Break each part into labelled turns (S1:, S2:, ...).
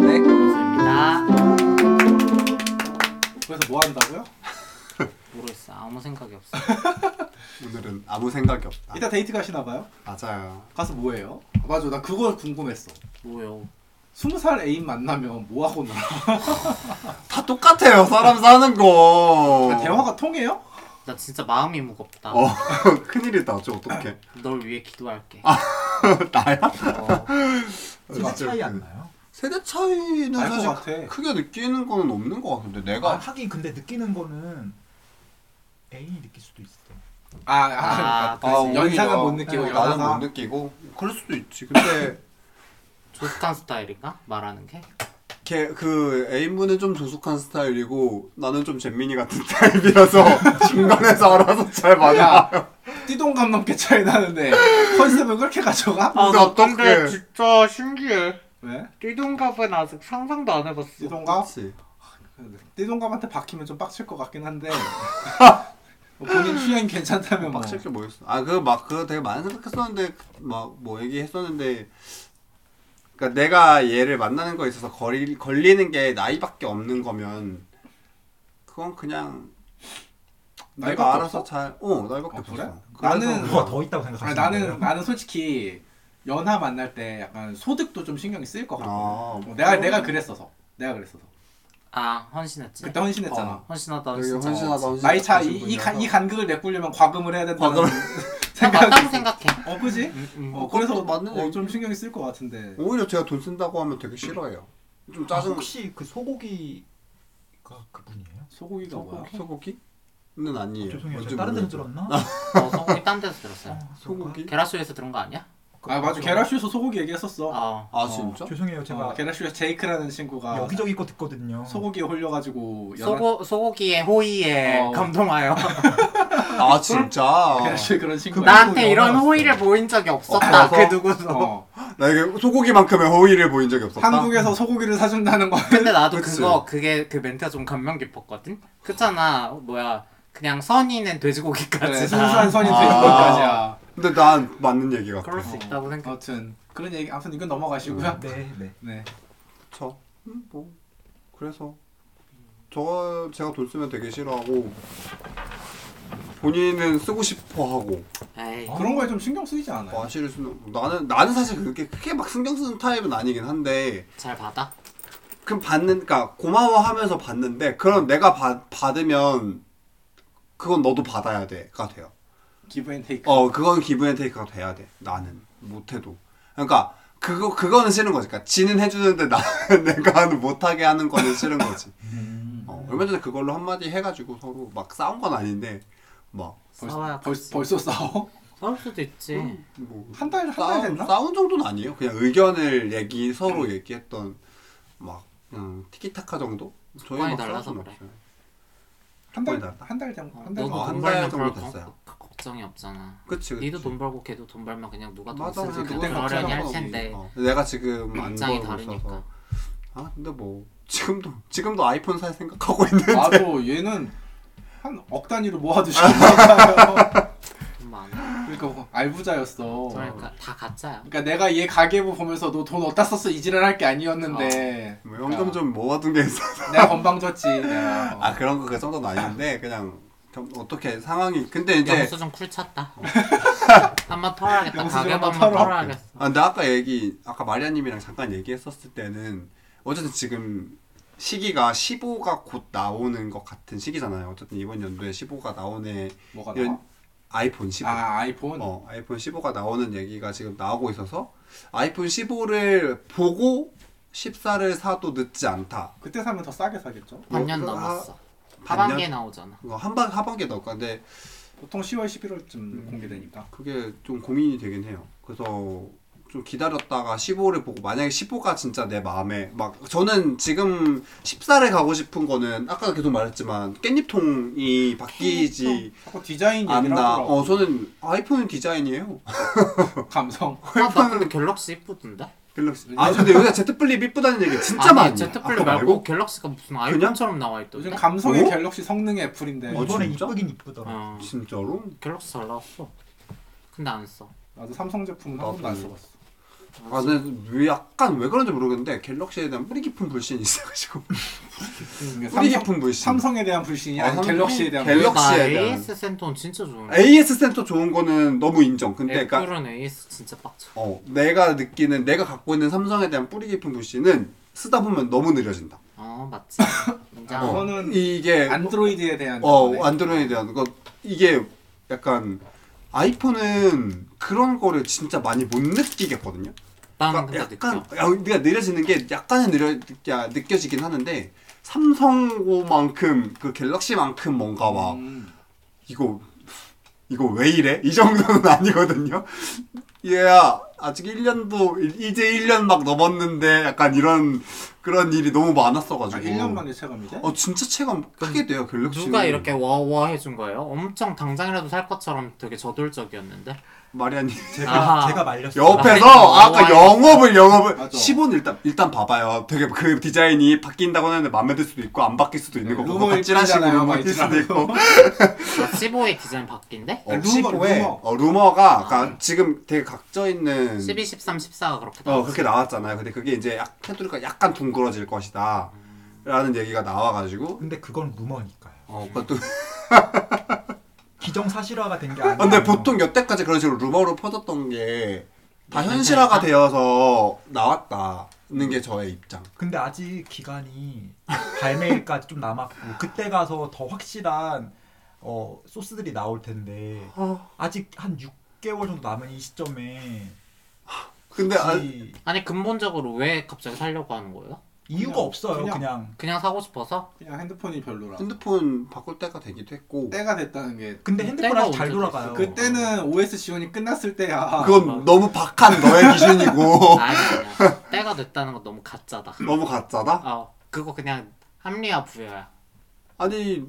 S1: 네.
S2: 그래서 뭐 한다고요?
S3: 모르겠어. 아무 생각이 없어.
S1: 오늘은 아무 생각이 없다.
S2: 이따 데이트 가시나 봐요?
S1: 맞아요.
S2: 가서 뭐 해요? 아, 맞아 나 그거 궁금했어
S3: 뭐요?
S2: 스무 살 애인 만나면 뭐 하고 놀아?
S1: 다 똑같아요. 사람 사는 거.
S2: 아, 대화가 통해요?
S3: 나 진짜 마음이 무겁다.
S1: 어 큰일이다. 저 어떡해.
S3: 널 위해 기도할게.
S2: 아.
S1: 나야?
S3: 어,
S4: 세대 차이 안 나요?
S1: 세대 차이는
S2: 알것
S1: 사실
S2: 같아.
S1: 크게 느끼는 거는 없는 것 같은데
S4: 아,
S1: 내가
S4: 하긴 근데 느끼는 거는 애인이 느낄 수도 있어.
S2: 아, 아,
S3: 아,
S2: 그러니까 연상은
S1: 오히려
S2: 못 느끼고
S1: 네,
S2: 연하가-
S1: 나는 못 느끼고 그럴 수도 있지. 근데
S3: 조숙한 스타일인가? 말하는 게?
S1: 걔 그 애인분은 좀 조숙한 스타일이고 나는 좀 잼민이 같은 타입이라서 중간에서 알아서 잘 맞아.
S2: 야 띠동갑 넘게 차이 나는데 컨셉을 그렇게 가져가?
S1: 근데 나 어떡해. 근데
S3: 아, 진짜 신기해.
S2: 왜?
S3: 띠동갑은 아직 상상도 안 해봤어.
S2: 띠동갑?
S1: 그렇지.
S2: 띠동갑한테 박히면 좀 빡칠 것 같긴 한데 본인 취향 괜찮다면 뭐.
S1: 빡칠 게 뭐였어? 아 그 막 그거 되게 많이 생각했었는데 막 뭐 얘기했었는데 그러니까 내가 얘를 만나는 거에 있어서 거리, 걸리는 게 나이밖에 없는 거면 그건 그냥 내가
S2: 나이밖에
S1: 알아서 잘 어 나이밖에
S2: 어, 그래?
S1: 없었어.
S2: 나는-
S1: 그래서
S4: 뭐가 더 있다고
S2: 아니,
S4: 생각하시는
S2: 나는
S4: 거예요?
S2: 나는 솔직히 연하 만날 때 약간 소득도 좀 신경이 쓰일 것 같고
S1: 아,
S2: 어, 내가 내가 그랬어서 내가 그랬어서
S3: 아 헌신했지.
S2: 그때 헌신했잖아.
S1: 어.
S3: 헌신하다
S1: 되게
S3: 헌신.
S1: 헌신하다 헌신하다
S2: 아, 나이 차
S1: 하신
S2: 이, 이, 간-
S1: 분이라서.
S2: 이 간극을 메꾸려면 과금을 해야 된다는
S1: 과금.
S3: 나
S2: 생각이
S3: 맞다고 생각해.
S2: 어 그지?
S3: 음, 음.
S2: 어 그래서
S1: 그것도 맞는
S2: 어, 좀
S1: 얘기지.
S2: 신경이 쓸 것 같은데
S1: 오히려 제가 돈 쓴다고 하면 되게 싫어해요. 좀
S4: 아,
S1: 짜증.
S4: 혹시 그 소고기가 그분이에요? 아,
S2: 소고기가 뭐야?
S3: 소고기?
S1: 소고기는 아니에요.
S4: 죄송해요.
S1: 예, 뭔지
S4: 제가 다른 데서
S1: 모르겠어요. 아,
S4: 들었나? 아,
S3: 어, 소고기 딴 데서 들었어요.
S1: 소고기?
S3: 게라쇼에서 들은 거 아니야?
S2: 아 맞아 게라슈에서 소고기 얘기했었어.
S3: 어.
S1: 아 진짜?
S4: 그 죄송해요. 제가
S2: 어, 게라슈에서 제이크라는 친구가
S4: 여기저기 거 듣거든요.
S2: 아, 소고기에 홀려가지고 연하-
S3: 소고 소고기의 호의에
S2: 뭐 어.
S3: 감동하여.
S1: 아 진짜.
S2: 게라슈에 그런 친구.
S3: 나한테 이런
S4: 영화였어.
S3: 호의를 보인 적이 없었다.
S1: 없어서?
S3: 그 누구도.
S2: 어.
S1: 나에게 소고기만큼의 호의를 보인 적이 없었다.
S2: 한국에서 소고기를 사준다는 거.
S3: 근데 나도
S1: 그치.
S3: 그거 그게 그 멘트가 좀 감명 깊었거든. 그렇잖아. 뭐야 그냥 선인은
S2: 그래,
S3: 돼지고기까지. 다
S2: 순수한 선이
S1: 아.
S2: 되는 것까지야.
S1: 근데 난 맞는 얘기 같아.
S3: 그럴 수 있다고 생각.
S2: 아무튼 그런 얘기. 아무튼 이건 넘어가시고요.
S4: 네, 네.
S2: 네.
S1: 그쵸. 음, 뭐 그래서 저 제가 돈 쓰면 되게 싫어하고 본인은 쓰고 싶어 하고
S3: 에이.
S2: 그런 거에 좀 신경 쓰이지
S3: 네.
S2: 않아요?
S1: 과실을 쓰는 나는 나는 사실 그렇게 크게 막 신경 쓰는 타입은 아니긴 한데
S3: 잘 받아.
S1: 그럼 받는 그러니까 고마워하면서 받는데 그럼 내가 받 받으면 그건 너도 받아야 돼가 돼요.
S2: 기브앤테이크.
S1: 어 그건 기브앤테이크가 돼야 돼 나는 못해도 그러니까 그거 그거는 싫은 거지 그러니까 지는 해주는데 나 내가 못하게 하는 거는 싫은 거지 어, 얼마 전에 그걸로 한마디 해가지고 서로 막 싸운 건 아닌데
S3: 싸워야
S2: 벌,
S3: 같이.
S2: 벌써 싸워?
S3: 싸울 수도 있지.
S1: 막뭐
S2: 한 달 한 달
S1: 싸운,
S2: 됐나?
S1: 싸운 정도는 아니에요 그냥 의견을 얘기
S3: 음.
S1: 서로 얘기했던 막 그냥 티키타카 정도 저희
S3: 조건이
S1: 막 싸운
S3: 달라서
S1: 건
S3: 그래.
S1: 없어요 거의 다
S2: 한달한달 정도 한달
S3: 어, 너도
S1: 아,
S3: 돈
S1: 한
S3: 벌면
S1: 달
S3: 그럴
S1: 정도
S3: 거
S1: 됐어요.
S3: 걱- 걱정이 없잖아.
S1: 그치 그치
S3: 니도 돈 벌고 걔도 돈 벌면 그냥 누가 돈
S1: 맞아
S3: 쓰지
S1: 그냥
S3: 그거
S2: 그때
S3: 그러려니 할
S1: 걱정하고
S3: 텐데
S1: 어, 내가 지금 안
S3: 입장이
S1: 벌고 있어서
S3: 다르니까.
S1: 아 근데 뭐 지금도 지금도 아이폰 살 생각하고 있는데
S2: 나도 아, 얘는 한 억 단위로 모아두신 거예요.
S3: 돈 많아.
S2: 그러니까 알부자였어.
S3: 그러니까 다 가짜야.
S2: 그러니까 내가 얘 가계부 보면서 너 돈 어디다 썼어 이지랄 할 게 아니었는데
S1: 뭐 현금 좀 모아둔 게 있어.
S2: 내가 건방졌지. 내가. 뭐
S1: 아 그런 거 그 정도는 아닌데 그냥 좀 어떻게 상황이 근데 이제
S3: 영수 좀 쿨 찼다. 한번 털어야겠다.
S2: 영수 좀
S3: 가게
S2: 한번
S3: 한번
S2: 털어.
S3: 털어야겠어.
S1: 아 근데 아까 얘기 아까 마리아님이랑 잠깐 얘기했었을 때는 어쨌든 지금 시기가 15가 곧 나오는 것 같은 시기잖아요. 어쨌든 이번 연도에 15가 나오네
S2: 뭐가
S1: 이런-
S2: 나와?
S1: 아이폰 15.
S2: 아 아이폰.
S1: 어, 아이폰 15가 나오는 얘기가 지금 나오고 있어서 아이폰 15를 보고 14를 사도 늦지 않다.
S2: 그때 사면 더 싸게 사겠죠.
S3: 반년
S1: 그거
S3: 넘었어.
S1: 반년?
S3: 하반기에 나오잖아.
S1: 이거 한방 하반기에 나올 건데
S2: 보통 10월 11월쯤 공개되니까.
S1: 그게 좀 고민이 되긴 해요. 그래서 좀 기다렸다가 15를 보고 만약에 15가 진짜 내 마음에 막 저는 지금 14를 가고 싶은 거는 아까 계속 말했지만 깻잎통이 바뀌지
S2: 자꾸 디자인 얘기를
S1: 않나.
S2: 하더라고.
S1: 어 저는 아이폰 디자인이에요.
S2: 감성.
S3: 아, 나 근데 갤럭시 이쁘던데?
S1: 갤럭시. 아 근데 요새 제트플립 이쁘다는 얘기 진짜 많이.
S3: 아니 제트플립 말고 갤럭시가 무슨 아이폰처럼 나와
S2: 요즘
S3: 있던데?
S2: 감성의
S1: 어?
S2: 갤럭시 성능 애플인데
S1: 어,
S4: 이번에
S1: 진짜?
S4: 이쁘긴 이쁘더라.
S3: 어,
S1: 진짜로?
S3: 갤럭시 잘 나왔어. 근데 안 써.
S2: 나도 삼성 제품은 한
S1: 나도.
S2: 번도 안 써봤어.
S1: 아, 근데 약간 왜 그런지 모르겠는데 갤럭시에 대한 뿌리 깊은 불신이 있어가지고 뿌리
S2: 삼성,
S1: 깊은 불신.
S2: 삼성에 대한 불신이
S1: 아,
S2: 아니
S1: 삼성-
S2: 갤럭시에 대한
S1: 갤럭-
S3: 나
S1: 갤럭시에 대한-
S3: AS 센터는 진짜 좋은데.
S1: AS 센터 좋은 거는 너무 인정. 근데
S3: 애플은
S1: 그러니까
S3: AS 진짜 빡쳐.
S1: 어, 내가 느끼는 내가 갖고 있는 삼성에 대한 뿌리 깊은 불신은 쓰다 보면 너무 느려진다.
S3: 어 맞지. 인정.
S2: 어.
S3: 어.
S2: 그거는
S1: 이게
S2: 불신. 안드로이드에 대한 거네.
S1: 어 안드로이드에 대한 거 이게 약간 아이폰은 그런 거를 진짜 많이 못 느끼겠거든요.
S3: 난
S1: 그러니까
S3: 근데
S1: 약간
S3: 느껴.
S1: 야, 네가 느려지는 게 약간은 느려 야, 느껴지긴 하는데 삼성만큼 그 갤럭시만큼 뭔가 막
S2: 음.
S1: 이거 이거 왜 이래? 이 정도는 아니거든요. 얘야 아직 1년도 이제 1년 막 넘었는데 약간 이런 그런 일이 너무
S2: 아,
S1: 많았어가지고
S2: 1년 만에 체감이 돼?
S1: 어 진짜 체감 크게 돼요 갤럭시
S3: 누가 이렇게 와와 해준 거예요? 엄청 당장이라도 살 것처럼 되게 저돌적이었는데.
S1: 마리아님
S4: 제가
S3: 아하.
S4: 제가 말렸어요.
S1: 옆에서
S3: 아,
S1: 아까
S3: 아,
S1: 영업을 영업을
S2: 맞아.
S1: 10원 일단 일단 봐봐요. 되게 그 디자인이 바뀐다고 하는데 마음에 들 수도 있고 안 바뀔 수도 있는 거고 뭐
S2: 루머
S1: 찔하시고
S2: 일진이잖아요,
S1: 루머
S2: 네, 막
S1: 일질 수도
S2: 이러고.
S1: 있고
S3: 나 15의 디자인 바뀐데?
S1: 어,
S2: 루머,
S1: 15에
S2: 루머. 아.
S1: 어, 루머가 그러니까 지금 되게 각져 있는
S3: 12, 13, 14가 그렇게
S1: 음. 어
S3: 나왔어.
S1: 그렇게 나왔잖아요. 근데 그게 이제 약, 테두리가 약간 둥그러질 것이다. 라는 얘기가 나와가지고
S4: 근데 그건 루머니까요.
S1: 어 그것도
S4: 기정사실화가 된 게 아니에요.
S1: 근데 보통 여태까지 그런 식으로 루머로 퍼졌던 게 다 현실화가 되어서 나왔다는 게 저의 입장.
S4: 근데 아직 기간이 발매일까지 좀 남았고 그때 가서 더 확실한 어, 소스들이 나올 텐데 아직 한 6개월 정도 남은 이 시점에
S1: 근데 아,
S4: 이-
S3: 아니 근본적으로 왜 갑자기 살려고 하는 거예요?
S4: 이유가
S2: 그냥-
S4: 없어요.
S2: 그냥-
S4: 그냥.
S3: 그냥 사고 싶어서?
S2: 그냥 핸드폰이 별로라.
S1: 핸드폰 바꿀 때가 되기도 했고
S2: 때가 됐다는 게
S4: 근데 핸드폰
S3: 때가
S4: 아직 잘
S3: 언제 됐어요?
S4: 돌아가요.
S2: 그때는 OS 지원이 끝났을 때야.
S1: 아, 그건 너무 박한 너의 기준이고
S3: 아니 아니야. 때가 됐다는 건 너무 가짜다.
S1: 너무 가짜다.
S3: 어 그거 그냥 합리화 부여야.
S1: 아니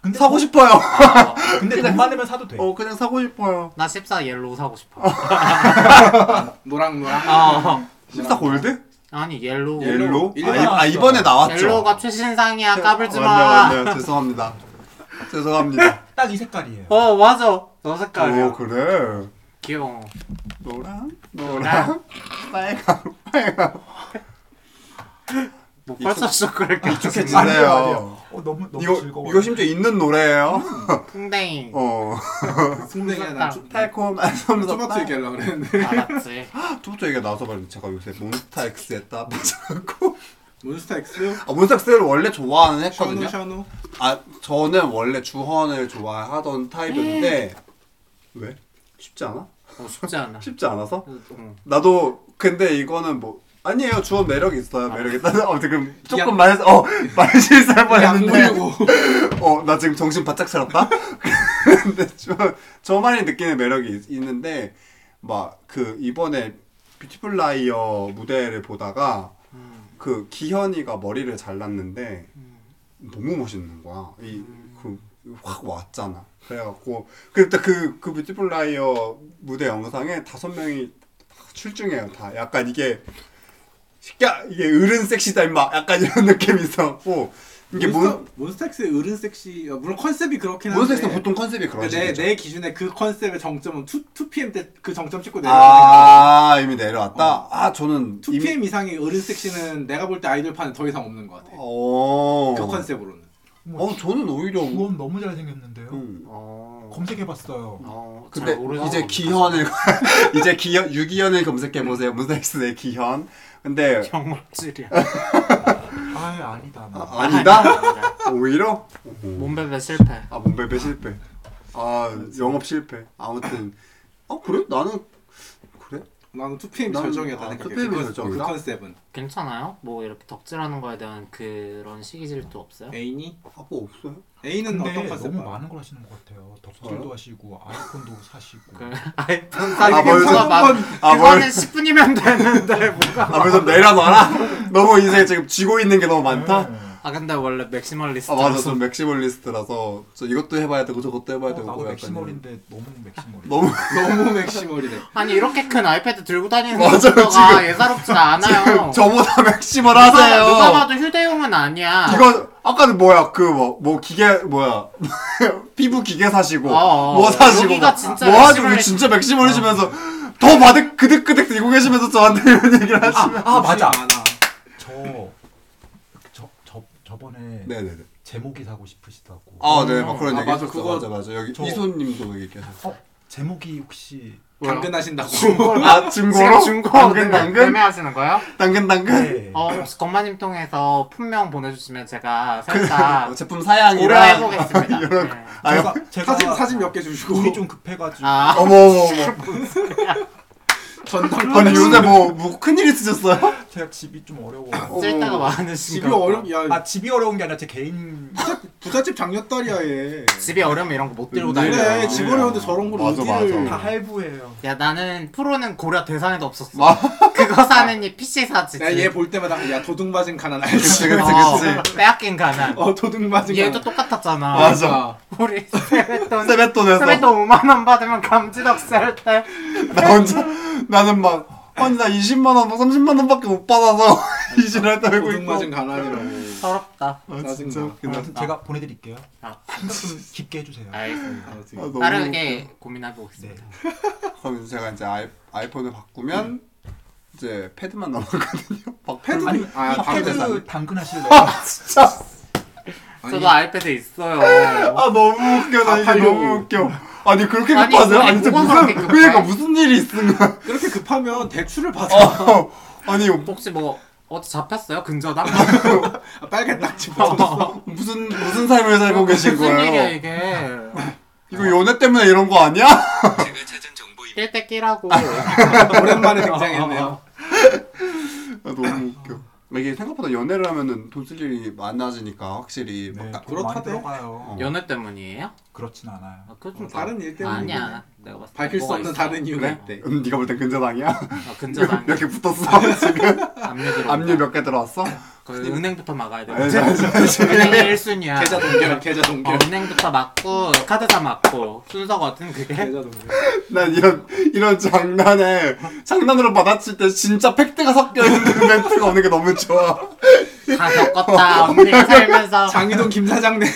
S4: 근데 네.
S1: 사고 싶어요.
S3: 어,
S4: 근데 돈 많으면 사도 돼.
S1: 어 그냥 사고 싶어요.
S3: 나 14 옐로우 사고 싶어.
S2: 노랑 노랑.
S3: 어.
S1: 14 골드?
S3: 아니 옐로우.
S2: 아, 옐로우.
S1: 옐로? 아,
S2: 일본
S1: 이- 아 이번에
S4: 나왔죠.
S1: 나왔죠.
S3: 옐로우가 최신상이야 까불지
S1: 어,
S3: 마.
S1: 맞네요, 맞네요. 죄송합니다. 죄송합니다.
S4: 딱 이 색깔이에요.
S3: 어 맞아. 너 색깔이야.
S1: 오 어, 그래.
S3: 귀여워.
S1: 노랑 아, 노랑 빨강 빨강.
S3: 뭐 펄쩍 그렇게.
S1: 익숙해지-
S4: 아니에요,
S1: 진짜요.
S4: 아니에요. 어, 너무 너무
S1: 이거
S4: 즐거워.
S1: 이거 심지어 있는 노래예요.
S3: 풍뎅이.
S1: 어
S2: 승댕이야
S3: 무섭다.
S2: 난 쭈-
S1: 달콤한
S2: 쭈바트
S1: 솜사탕.
S2: 얘기하려고 그랬는데.
S3: 알았지.
S1: 투부터 얘기가 나와서 말인데 제가 요새 몬스타엑스에 따 빠져갖고
S2: 몬스타 X?
S1: 아, 몬스타엑스를 원래 좋아하는
S2: 샤누
S1: 했거든요.
S2: 샤누?
S1: 아 저는 원래 주헌을 좋아하던 타입이었는데
S3: 네.
S1: 왜? 쉽지 않아?
S3: 어, 쉽지 않아. 음.
S1: 쉽지
S3: 네.
S1: 않아서?
S3: 응.
S1: 나도 근데 이거는 뭐 아니에요 주헌 매력 있어요 매력 있다 아무튼 그럼 조금 말해서 어 말실수할 뻔했는데
S2: 양물고.
S1: 어나 지금 정신 바짝 차렸다 근데 저, 저만이 느끼는 매력이 있, 있는데 막 그 이번에 뷰티풀 라이어 무대를 보다가 그 기현이가 머리를 잘랐는데 너무 멋있는 거야. 이 그 확 왔잖아. 그래갖고 그때 그그 뷰티풀 라이어 무대 영상에 다섯 명이 다 출중해요. 다 약간 이게 야 이게 어른 섹시다 임마. 약간 이런 느낌이 있었고 이게 몬
S2: 몬스타- 몬스타 X의 어른 섹시. 어, 물론 컨셉이 그렇긴 한데.
S1: 몬스터 보통 컨셉이 그런
S2: 내,
S1: 식이죠.
S2: 내 기준에 그 컨셉의 정점은 2, 2PM 때 그 정점 찍고 내려가니까
S1: 아 이미 내려왔다. 아 저는
S2: 2PM 이상의 어른 섹시는 내가 볼 때 아이돌판에 더 이상 없는 것 같아
S1: 어.
S2: 그 컨셉으로는
S1: 어 저는 오히려
S4: 구원 너무 잘 생겼는데요.
S1: 음.
S3: 어.
S4: 검색해봤어요.
S3: 어. 잘
S1: 근데
S3: 모르는
S1: 이제
S3: 사람은
S1: 기현을 이제 기현 유기현을 검색해 보세요. 문사엑스의 기현. 근데
S3: 경물질이야.
S4: 아 아니다. 나.
S1: 아, 아니다.
S3: 아니다.
S1: 오히려
S3: 몸베베 실패.
S1: 아 몸베베 실패. 아 영업 실패. 아무튼 아 그래 나는 그래
S2: 나는 2PM
S1: 난-
S2: 절정이었다
S1: 아,
S2: 생각해
S1: 2PM
S2: 그 컨-
S1: 절정이다?
S2: 그 컨셉은
S3: 괜찮아요? 뭐 이렇게 덕질하는 거에 대한 그런 시기 질투 없어요?
S2: 애인이?
S1: 아뭐 없어요?
S2: 애인은 어떤
S4: 근데
S2: 컨셉?
S4: 너무 많은 걸 하시는 것 같아요. 덕질도 하시고 아이폰도 사시고.
S3: 그 아이폰
S1: 아, 뭘 사는
S3: 사기가 많.
S1: 아, 뭘-
S3: 그거는 10분이면 되는데 뭐가.
S1: 아무래도 내려놔라. 너무 인생 지금 쥐고 있는 게 너무 많다.
S4: 네.
S3: 아 근데 원래 맥시멀리스트.
S1: 아 맞아 저 맥시멀리스트라서 저 이것도 해봐야 되고 저것도 해봐야
S4: 어,
S1: 되고
S4: 나도
S1: 약간
S4: 맥시멀인데 너무 맥시멀.
S1: 너무
S2: 너무 맥시멀이네
S3: 아니 이렇게 큰 아이패드 들고 다니는
S1: 맞아요,
S3: 것도가
S1: 지금.
S3: 예사롭지가 않아요.
S1: 저보다 맥시멀
S3: 누가-
S1: 하세요.
S3: 어. 누가 봐도 휴대용은 아니야.
S1: 이거 아까는 뭐야 그 뭐 뭐 기계 뭐야 피부 기계 사시고
S3: 어, 어.
S1: 뭐 사시고
S3: 여기가
S1: 뭐,
S3: 진짜
S1: 뭐 하시고
S3: 맥시멀리-
S1: 진짜 맥시멀이시면서 더 바득 그득그득 들고 계시면서 저한테 이런 얘기를 하시.
S4: 아, 아 맞아.
S2: 많아.
S4: 저, 저, 저 저번에
S1: 네네네.
S4: 제목이 사고 싶으시다고.
S1: 아, 네, 막 그런
S2: 아,
S1: 얘기
S2: 맞아,
S1: 했었어.
S2: 그거-
S1: 맞아, 맞아. 여기
S4: 저-
S1: 이소님도 얘기했어.
S4: 어, 제목이 혹시
S2: 당근하신다고.
S1: 아, 증거로?
S3: 지금 중고
S1: 당근, 당근?
S3: 매매하시는 거예요?
S1: 당근 당근.
S4: 네.
S3: 어 혹시 건마님 통해서 품명 보내주시면 아, 제가 살짝
S1: 제품
S3: 고려해
S1: 사양이랑
S3: 보겠습니다.
S1: 그 이런
S3: 네.
S1: 아,
S4: 제가 제가
S2: 사진 사진 몇 개 주시고
S4: 돈이 좀 급해가지고
S3: 아
S1: 어머 어머 어머.
S2: 전당.
S1: 아니 요새 뭐뭐 큰일 있으셨어요?
S4: 제가 집이 좀 어려워.
S3: 쓸데가 많으신가
S2: 집이
S3: 보다.
S2: 어려. 야
S4: 아 집이 어려운 게 아니라 제 개인
S2: 부잣집 장녀딸이야 얘.
S3: 집이 어려면 이런 거 못 들고
S1: 네.
S3: 다녀요.
S2: 그래 집 어려운데 저런 걸
S1: 맞아,
S2: 어디를?
S1: 맞아.
S4: 다 할부예요.
S3: 야 나는 프로는 고려 대상에도 없었어. 그거 사느니 PC 사지.
S2: 나얘 볼 때마다 야 도둑 맞은 가난 알지?
S1: 그치 그치 그치.
S3: 어, 빼앗긴 가난.
S2: 어 도둑 맞은
S3: 얘도
S2: 가난.
S3: 똑같았잖아.
S1: 어, 맞아.
S3: 우리 세뱃돈
S1: 세뱃돈에서
S3: 세뱃돈 5만 원 받으면 감지덕 쌀때
S1: 나 혼자 나는 막 아니 나 20만 원, 뭐 30만 원밖에 못 받아서 이 지랄 떨고
S2: 도둑
S1: 있고.
S2: 맞은 가난이라고.
S3: 서럽다.
S1: 아 진짜
S2: 짜증나.
S1: 웃기다.
S4: 아무튼 제가 보내드릴게요.
S3: 아.
S4: 생각 좀 깊게 해주세요.
S3: 알겠습니다.
S2: 아, 지금.
S1: 아, 너무
S3: 빠르게 고민하고 있습니다.
S1: 그럼 제가 이제 아이, 아이폰을 바꾸면 이제 패드만 남았거든요. 막 패드
S2: 아니, 아,
S4: 이
S2: 방금
S4: 패드
S2: 됐다.
S4: 그 당근 하실래요?
S1: 진짜
S3: 저도 아이패드 있어요.
S1: 아 너무 웃겨 나 이게
S2: 갚아요.
S1: 너무 웃겨. 아니 그렇게
S3: 아니,
S1: 급하세요?
S3: 아니,
S1: 아니 진짜
S3: 뭐가
S1: 무슨
S3: 그렇게 급해?
S1: 그러니까 무슨 일이 있은 거야?
S2: 그렇게 급하면 대출을 받아.
S1: 어, 아니
S3: 혹시 뭐 어디 잡혔어요? 근저당?
S2: 아, 빨간 낙지 받았어.
S1: 무슨 무슨 삶을 살고 계신
S3: 무슨 일이야
S1: 거예요?
S3: 이게?
S1: 이거 연애 때문에 이런 거 아니야?
S3: 낄때 끼라고.
S2: 아, 오랜만에 등장했네요.
S1: 아, 너무 웃겨. 이게 생각보다 연애를 하면은 돈 쓸 일이 많아지니까 확실히
S4: 네,
S1: 막
S4: 돈 많이
S2: 그렇다대.
S4: 들어가요.
S3: 연애 때문이에요?
S4: 그렇진 않아요.
S3: 아,
S1: 어,
S3: 그좀
S2: 다른 일 때문에.
S3: 아니야. 내가 봤을 때
S2: 밝힐 수
S3: 뭐가
S2: 없는
S3: 있어.
S2: 다른 이유가
S1: 그래?
S2: 있대.
S1: 음, 네가 볼 땐 근저당이야?
S3: 아, 근저당.
S1: 이렇게 붙었어 지금?
S3: 압류
S1: 압류 몇 개 들어왔어?
S3: 그 은행부터 막아야 돼.
S1: 알지, 알지,
S3: 은행이 1순위야.
S2: 계좌 동결, 계좌
S3: 어,
S1: 아.
S2: 동결.
S3: 은행부터 막고 카드사 막고 순서가 어떤 그게
S1: 아,
S2: 계좌 동결.
S1: 난 이런 이런 장난에 장난으로 받아칠 때 진짜 팩트가 섞여 있는 그 멘트가 오는 게 너무 좋아.
S3: 다
S1: 아,
S3: 겪었다 언니 살면서
S2: 장희동 김사장네.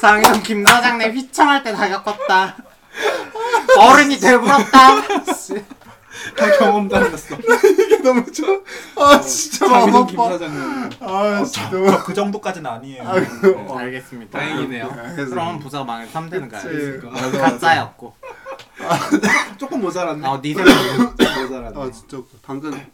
S3: 장희동 김 사장네 휘청할 때 다 겪었다
S1: 아.
S3: 어른이 되물었다
S2: 다 경험 다녔어.
S1: 이게 너무 좋아. 아 진짜 마음
S2: 장희동
S1: 아파.
S2: 김사장네.
S1: 아 진짜. 너무-
S4: 그 정도까지는 아니에요.
S1: 아, 그- 어,
S3: 알겠습니다
S2: 다행이네요.
S1: 알겠어.
S3: 그럼 부자가 망해 3되는 거야
S1: 그치. 맞아, 맞아.
S3: 가짜였고
S2: 조금 모자랐네.
S3: 어니 생각
S2: 조금
S1: 아
S2: 모자랐네.
S1: 진짜 웃겨. 당근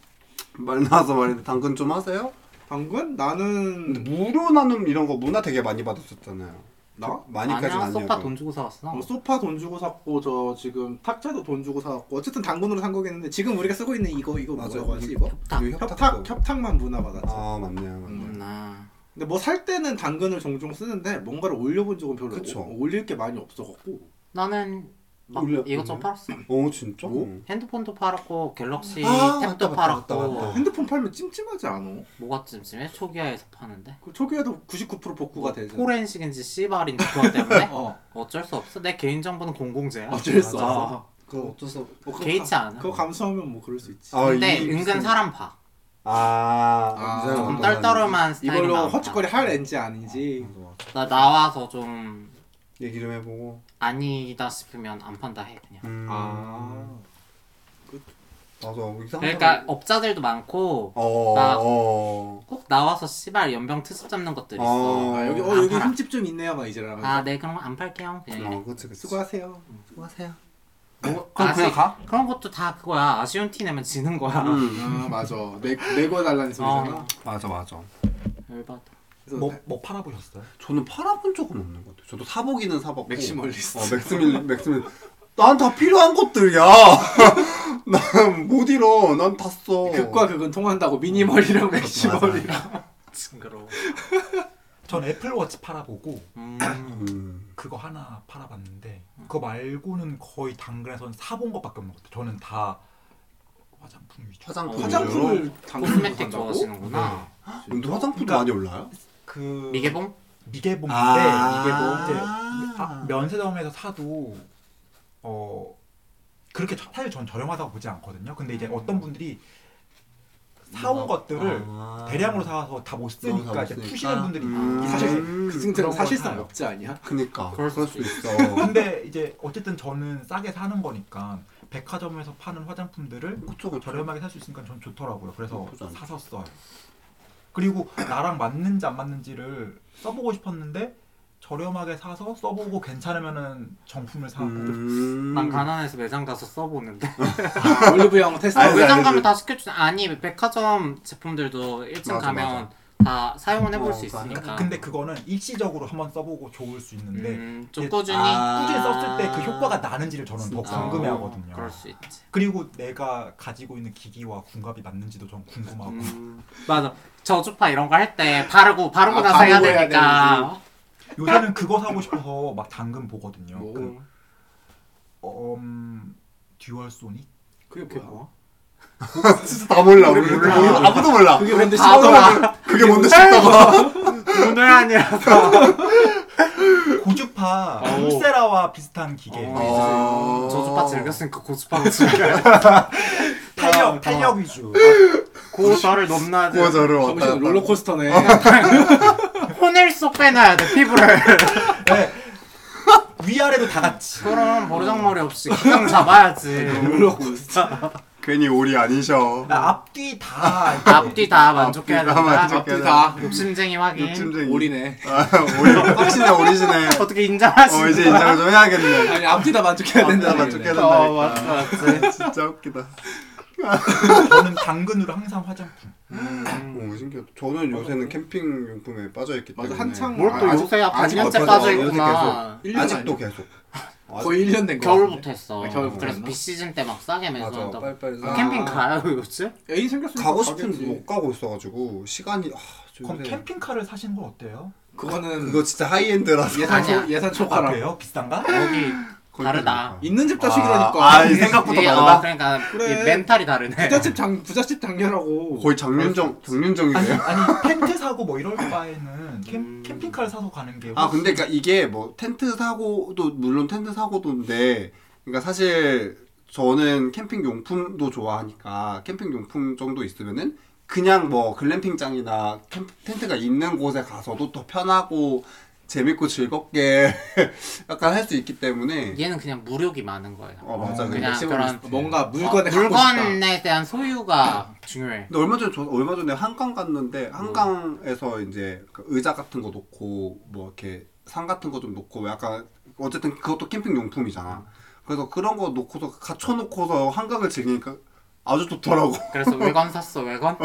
S1: 말 나와서 말인데 당근 좀 하세요?
S2: 방금 나는
S1: 근데 무료 나눔 이런 거 문화 되게 많이 받았었잖아요.
S2: 나?
S1: 그 많이까지는
S3: 아니야
S1: 아니어도.
S3: 소파 돈 주고 사왔어
S2: 어, 소파 돈 주고 샀고 저 지금 탁자도 돈 주고 사왔고 어쨌든 당근으로 산 거긴 했는데 지금 우리가 쓰고 있는 이거 이거
S1: 맞아.
S2: 뭐라고 하지 이거?
S3: 협탁.
S1: 이거 그 협탁도.
S2: 협탁 협탁만 문화 받았지.
S1: 아 맞네요. 맞네.
S2: 음.
S3: 나
S2: 근데 뭐 살 때는 당근을 종종 쓰는데 뭔가를 올려본 적은 별로
S1: 그쵸.
S2: 없고 뭐 올릴 게 많이 없어갖고
S3: 나는 막
S1: 몰라,
S3: 이것저것
S1: 몰라.
S3: 팔았어
S1: 오 진짜?
S2: 뭐?
S3: 핸드폰도 팔았고 갤럭시
S1: 아, 맞다,
S3: 탭도
S1: 맞다,
S3: 팔았고
S1: 맞다, 맞다.
S2: 핸드폰 팔면 찜찜하지 않아?
S3: 뭐가 찜찜해? 초기화에서 파는데
S2: 그 초기에도 99% 복구가 되지.
S3: 포렌식인지 씨발인지 그것 때문에
S2: 어
S3: 어쩔 수 없어 내 개인정보는 공공재야
S2: 어쩔 수
S3: 맞아.
S2: 없어.
S1: 그거 어쩔 수 없.
S2: 뭐 그거
S3: 개의치
S2: 감-
S3: 않아.
S2: 그거 감수하면 뭐 그럴 수 있지.
S1: 아,
S3: 근데
S1: 이-
S3: 은근 사람 봐.
S1: 아,
S2: 아,
S1: 이상한
S3: 좀
S1: 거
S3: 떨떠름한 스타일이
S2: 이걸로
S3: 많다.
S2: 허짓거리 할 앤지 아닌지
S1: 하는 거.
S3: 나 나와서 좀
S1: 얘기 좀 해보고.
S3: 아니다 싶으면 안 판다 해 그냥.
S1: 음.
S2: 아
S1: 나도 뭐 이상한.
S3: 그러니까
S1: 사람-
S3: 업자들도 많고
S1: 어.
S3: 나-
S1: 어.
S3: 꼭 나와서 씨발 연병 트집 잡는 것들
S1: 어.
S3: 있어.
S2: 아, 여기 어
S3: 아,
S2: 여기
S3: 팔아.
S2: 흠집 좀 있네요 막 이제라면
S3: 아, 네 그럼 안 팔게요. 그냥 이래.
S1: 어, 그치 그치.
S2: 수고하세요.
S1: 음.
S3: 수고하세요.
S4: 그럼 그냥 가?
S3: 그런 것도 다 그거야. 아쉬운 티 내면 지는 거야.
S1: 음.
S2: 아 맞아 내 내고 달라는 소리잖아.
S3: 어.
S1: 맞아 맞아.
S3: 열받아.
S2: 그래서 네.
S4: 뭐, 뭐 팔아보셨어요?
S1: 저는 팔아본 적은 없는 것 같아요. 저도 사보기는 사봤고.
S2: 맥시멀리스트.
S1: 어, 맥스밀 맥스밀. 난 다 필요한 것들이야. 난 못 잃어. 난 다 써.
S2: 그 극과 극은 통한다고
S1: 음.
S2: 미니멀이랑 맥시멀이랑
S3: 징그러워.
S4: 전 애플워치 팔아보고
S3: 음.
S1: 음.
S4: 그거 하나 팔아봤는데 그거 말고는 거의 당근에선 사본 것밖에 없는 것 같아요. 저는 다 화장품 위주.
S1: 화장품. 위주로?
S2: 화장품을
S3: 코스메틱
S2: 당근으로 산다고?
S3: 좋아하시는구나.
S1: 근데 화장품도
S4: 그러니까-
S1: 많이 올라요?
S4: 그
S3: 미개봉?
S4: 미개봉인데
S1: 아.
S4: 이게 뭐 이제 아, 면세점에서 사도 어 그렇게 저- 사실 전 저렴하다고 보지 않거든요.
S1: 음.
S4: 근데 이제 어떤 분들이 사온 것들을
S1: 아.
S4: 대량으로 사와서 다
S1: 너무
S4: 못
S1: 다
S4: 쓰니까
S1: 못
S4: 이제
S1: 쓰니까.
S4: 푸시는 분들이
S1: 음.
S4: 있-
S2: 사실
S4: 사실
S1: 음,
S2: 그 승태는
S4: 그런 건
S2: 사실상
S4: 사요.
S2: 없지 아니야?
S1: 그니까.
S3: 그럴
S1: 그럴 수
S3: 수도
S1: 있어.
S4: 근데 이제 어쨌든 저는 싸게 사는 거니까 백화점에서 파는 화장품들을
S1: 그쵸 그쵸
S4: 저렴하게 살 수 있으니까 전 좋더라고요. 그래서
S1: 나쁘지 않죠.
S4: 사서 써요. 그리고 나랑 맞는지 안 맞는지를 써보고 싶었는데 저렴하게 사서 써보고 괜찮으면은 정품을 사고
S1: 음...
S3: 난 가난해서 매장 가서 써보는데 아,
S2: 올리브영 테스트.
S1: 알지,
S3: 매장
S1: 알지.
S3: 가면 다 스케줄 아니 백화점 제품들도 1층
S1: 맞아,
S3: 가면 다 사용은 해볼
S1: 어,
S3: 수
S1: 그러니까
S3: 있으니까
S4: 근데 그거는 일시적으로 한번 써보고 좋을 수 있는데
S3: 음, 좀
S4: 이게
S3: 꾸준히 어,
S1: 아,
S4: 꾸준히 썼을 때 그 효과가 나는지를 저는 더
S1: 진짜.
S4: 궁금해 하거든요.
S3: 아, 그럴 수 있지
S4: 그리고 내가 가지고 있는 기기와 궁합이 맞는지도 전 궁금하고
S1: 음...
S3: 맞아 저주파 이런 거 할 때 바르고 바르고
S1: 아,
S3: 나서 해야
S1: 바르고 해야
S3: 되니까 어?
S4: 요새는 그거 사고 싶어서 막 당근 보거든요.
S2: 뭐?
S4: 그, 어, 음, 듀얼 소닉?
S2: 그게 뭐야?
S1: 진짜 다 몰라 우리
S3: 몰라.
S1: 몰라. 아무도 몰라
S2: 그게 뭔데
S3: 아,
S2: 시끄러워.
S1: 그게 뭔데 싶다고
S3: 오늘 아니라서
S4: 고주파
S2: 오.
S4: 콜세라와 비슷한 기계
S3: 어,
S1: 어.
S3: 저주파 즐겼으니까 고주파로 즐겨야
S4: 네. 탄력 탄력 위주
S3: 고주파를 넘나야지
S1: 고저를 왔다
S2: 정신
S1: 갔다
S2: 아, 롤러코스터네.
S3: 혼을 쏙 빼놔야 돼 피부를
S4: 네. 위아래도 다 같이
S3: 그럼 모르장머리 없이 기강
S2: 네.
S3: 잡아야지
S2: 롤러코스터.
S1: 괜히 오리 아니셔
S4: 아, 앞뒤 다 이렇게
S3: 앞뒤 다 만족해야
S1: 앞뒤 다
S3: 된다
S1: 만족.
S2: 앞뒤 다
S3: 욕심쟁이 확인
S1: 욕심쟁이
S2: 아, 올이네.
S1: 아, 오리 확실히 오리지네
S3: 어떻게
S1: 어
S3: 인정하시는
S1: 이제 인정을 좀 해야겠네
S2: 아니 앞뒤 다 만족해야 된다.
S1: 앞뒤 다 만족해야
S3: 어,
S1: 된다니까.
S3: 맞다,
S4: 네.
S1: 아, 진짜 웃기다
S4: 저는 당근으로 항상 화장품 음.
S1: 오 어, 신기하다 저는
S4: 어.
S1: 요새는 캠핑 용품에 빠져있기
S2: 맞아,
S1: 때문에
S2: 한창
S3: 뭘 또
S1: 아, 아직-
S3: 요새
S1: 아직도
S3: 8년째
S1: 없어서
S3: 빠져있구나
S2: 일 년
S1: 아직도 계속
S2: 거의 1년 된 거.
S3: 겨울부터 했어
S2: 아, 겨울부터
S3: 그래서
S2: 했나?
S3: 비시즌 때 막 싸게
S1: 맞아
S3: 매수한다고
S1: 빨리빨리
S3: 아, 캠핑 가요 요즘?
S2: 애인 생겼으니까
S1: 가고 싶은데
S2: 가겠지.
S1: 못 가고 있어가지고 시간이 아, 좀
S4: 그럼
S1: 요새-
S4: 캠핑카를 사시는 건 어때요?
S2: 그거는
S1: 그거 진짜 하이엔드라서
S2: 예산
S3: 아니야.
S2: 초 예산
S4: 아
S2: 초과라.
S4: 그래요? 비싼가?
S3: 여기 다르다
S1: 거의
S2: 있는 집 자식이라니까.
S1: 아, 이 생각보다
S3: 이게, 어,
S1: 다르다
S3: 그러니까
S2: 그래.
S3: 이 멘탈이 다르네
S2: 부잣집 장 부잣집 장녀라고.
S1: 거의 장윤정
S4: 아니
S1: 장윤정이래요
S4: 아니 텐트 사고 뭐 이럴 바에는 캠, 캠핑카를 사서 가는 게
S1: 아 근데 그러니까 이게 뭐 텐트 사고도 물론 텐트 사고도인데 그러니까 사실 저는 캠핑 용품도 좋아하니까 캠핑 용품 정도 있으면은 그냥 뭐 글램핑장이나 캠, 텐트가 있는 곳에 가서도 더 편하고 재밌고 즐겁게 약간 할 수 있기 때문에
S3: 얘는 그냥 무력이 많은 거예요
S1: 어 맞아
S4: 어,
S3: 그냥
S1: 맥시멈
S3: 그런-
S1: 리스트.
S2: 뭔가 물건에
S3: 어,
S2: 갖고 싶다.
S3: 물건에 대한 소유가 중요해
S1: 근데 얼마 전에 저 얼마 전에 한강 갔는데 한강에서 이제 그 의자 같은 거 놓고 뭐 이렇게 상 같은 거 좀 놓고 약간 어쨌든 그것도 캠핑 용품이잖아. 그래서 그런 거 놓고서 갖춰 놓고서 한강을 즐기니까 아주 좋더라고.
S3: 그래서 외관 샀어 외관?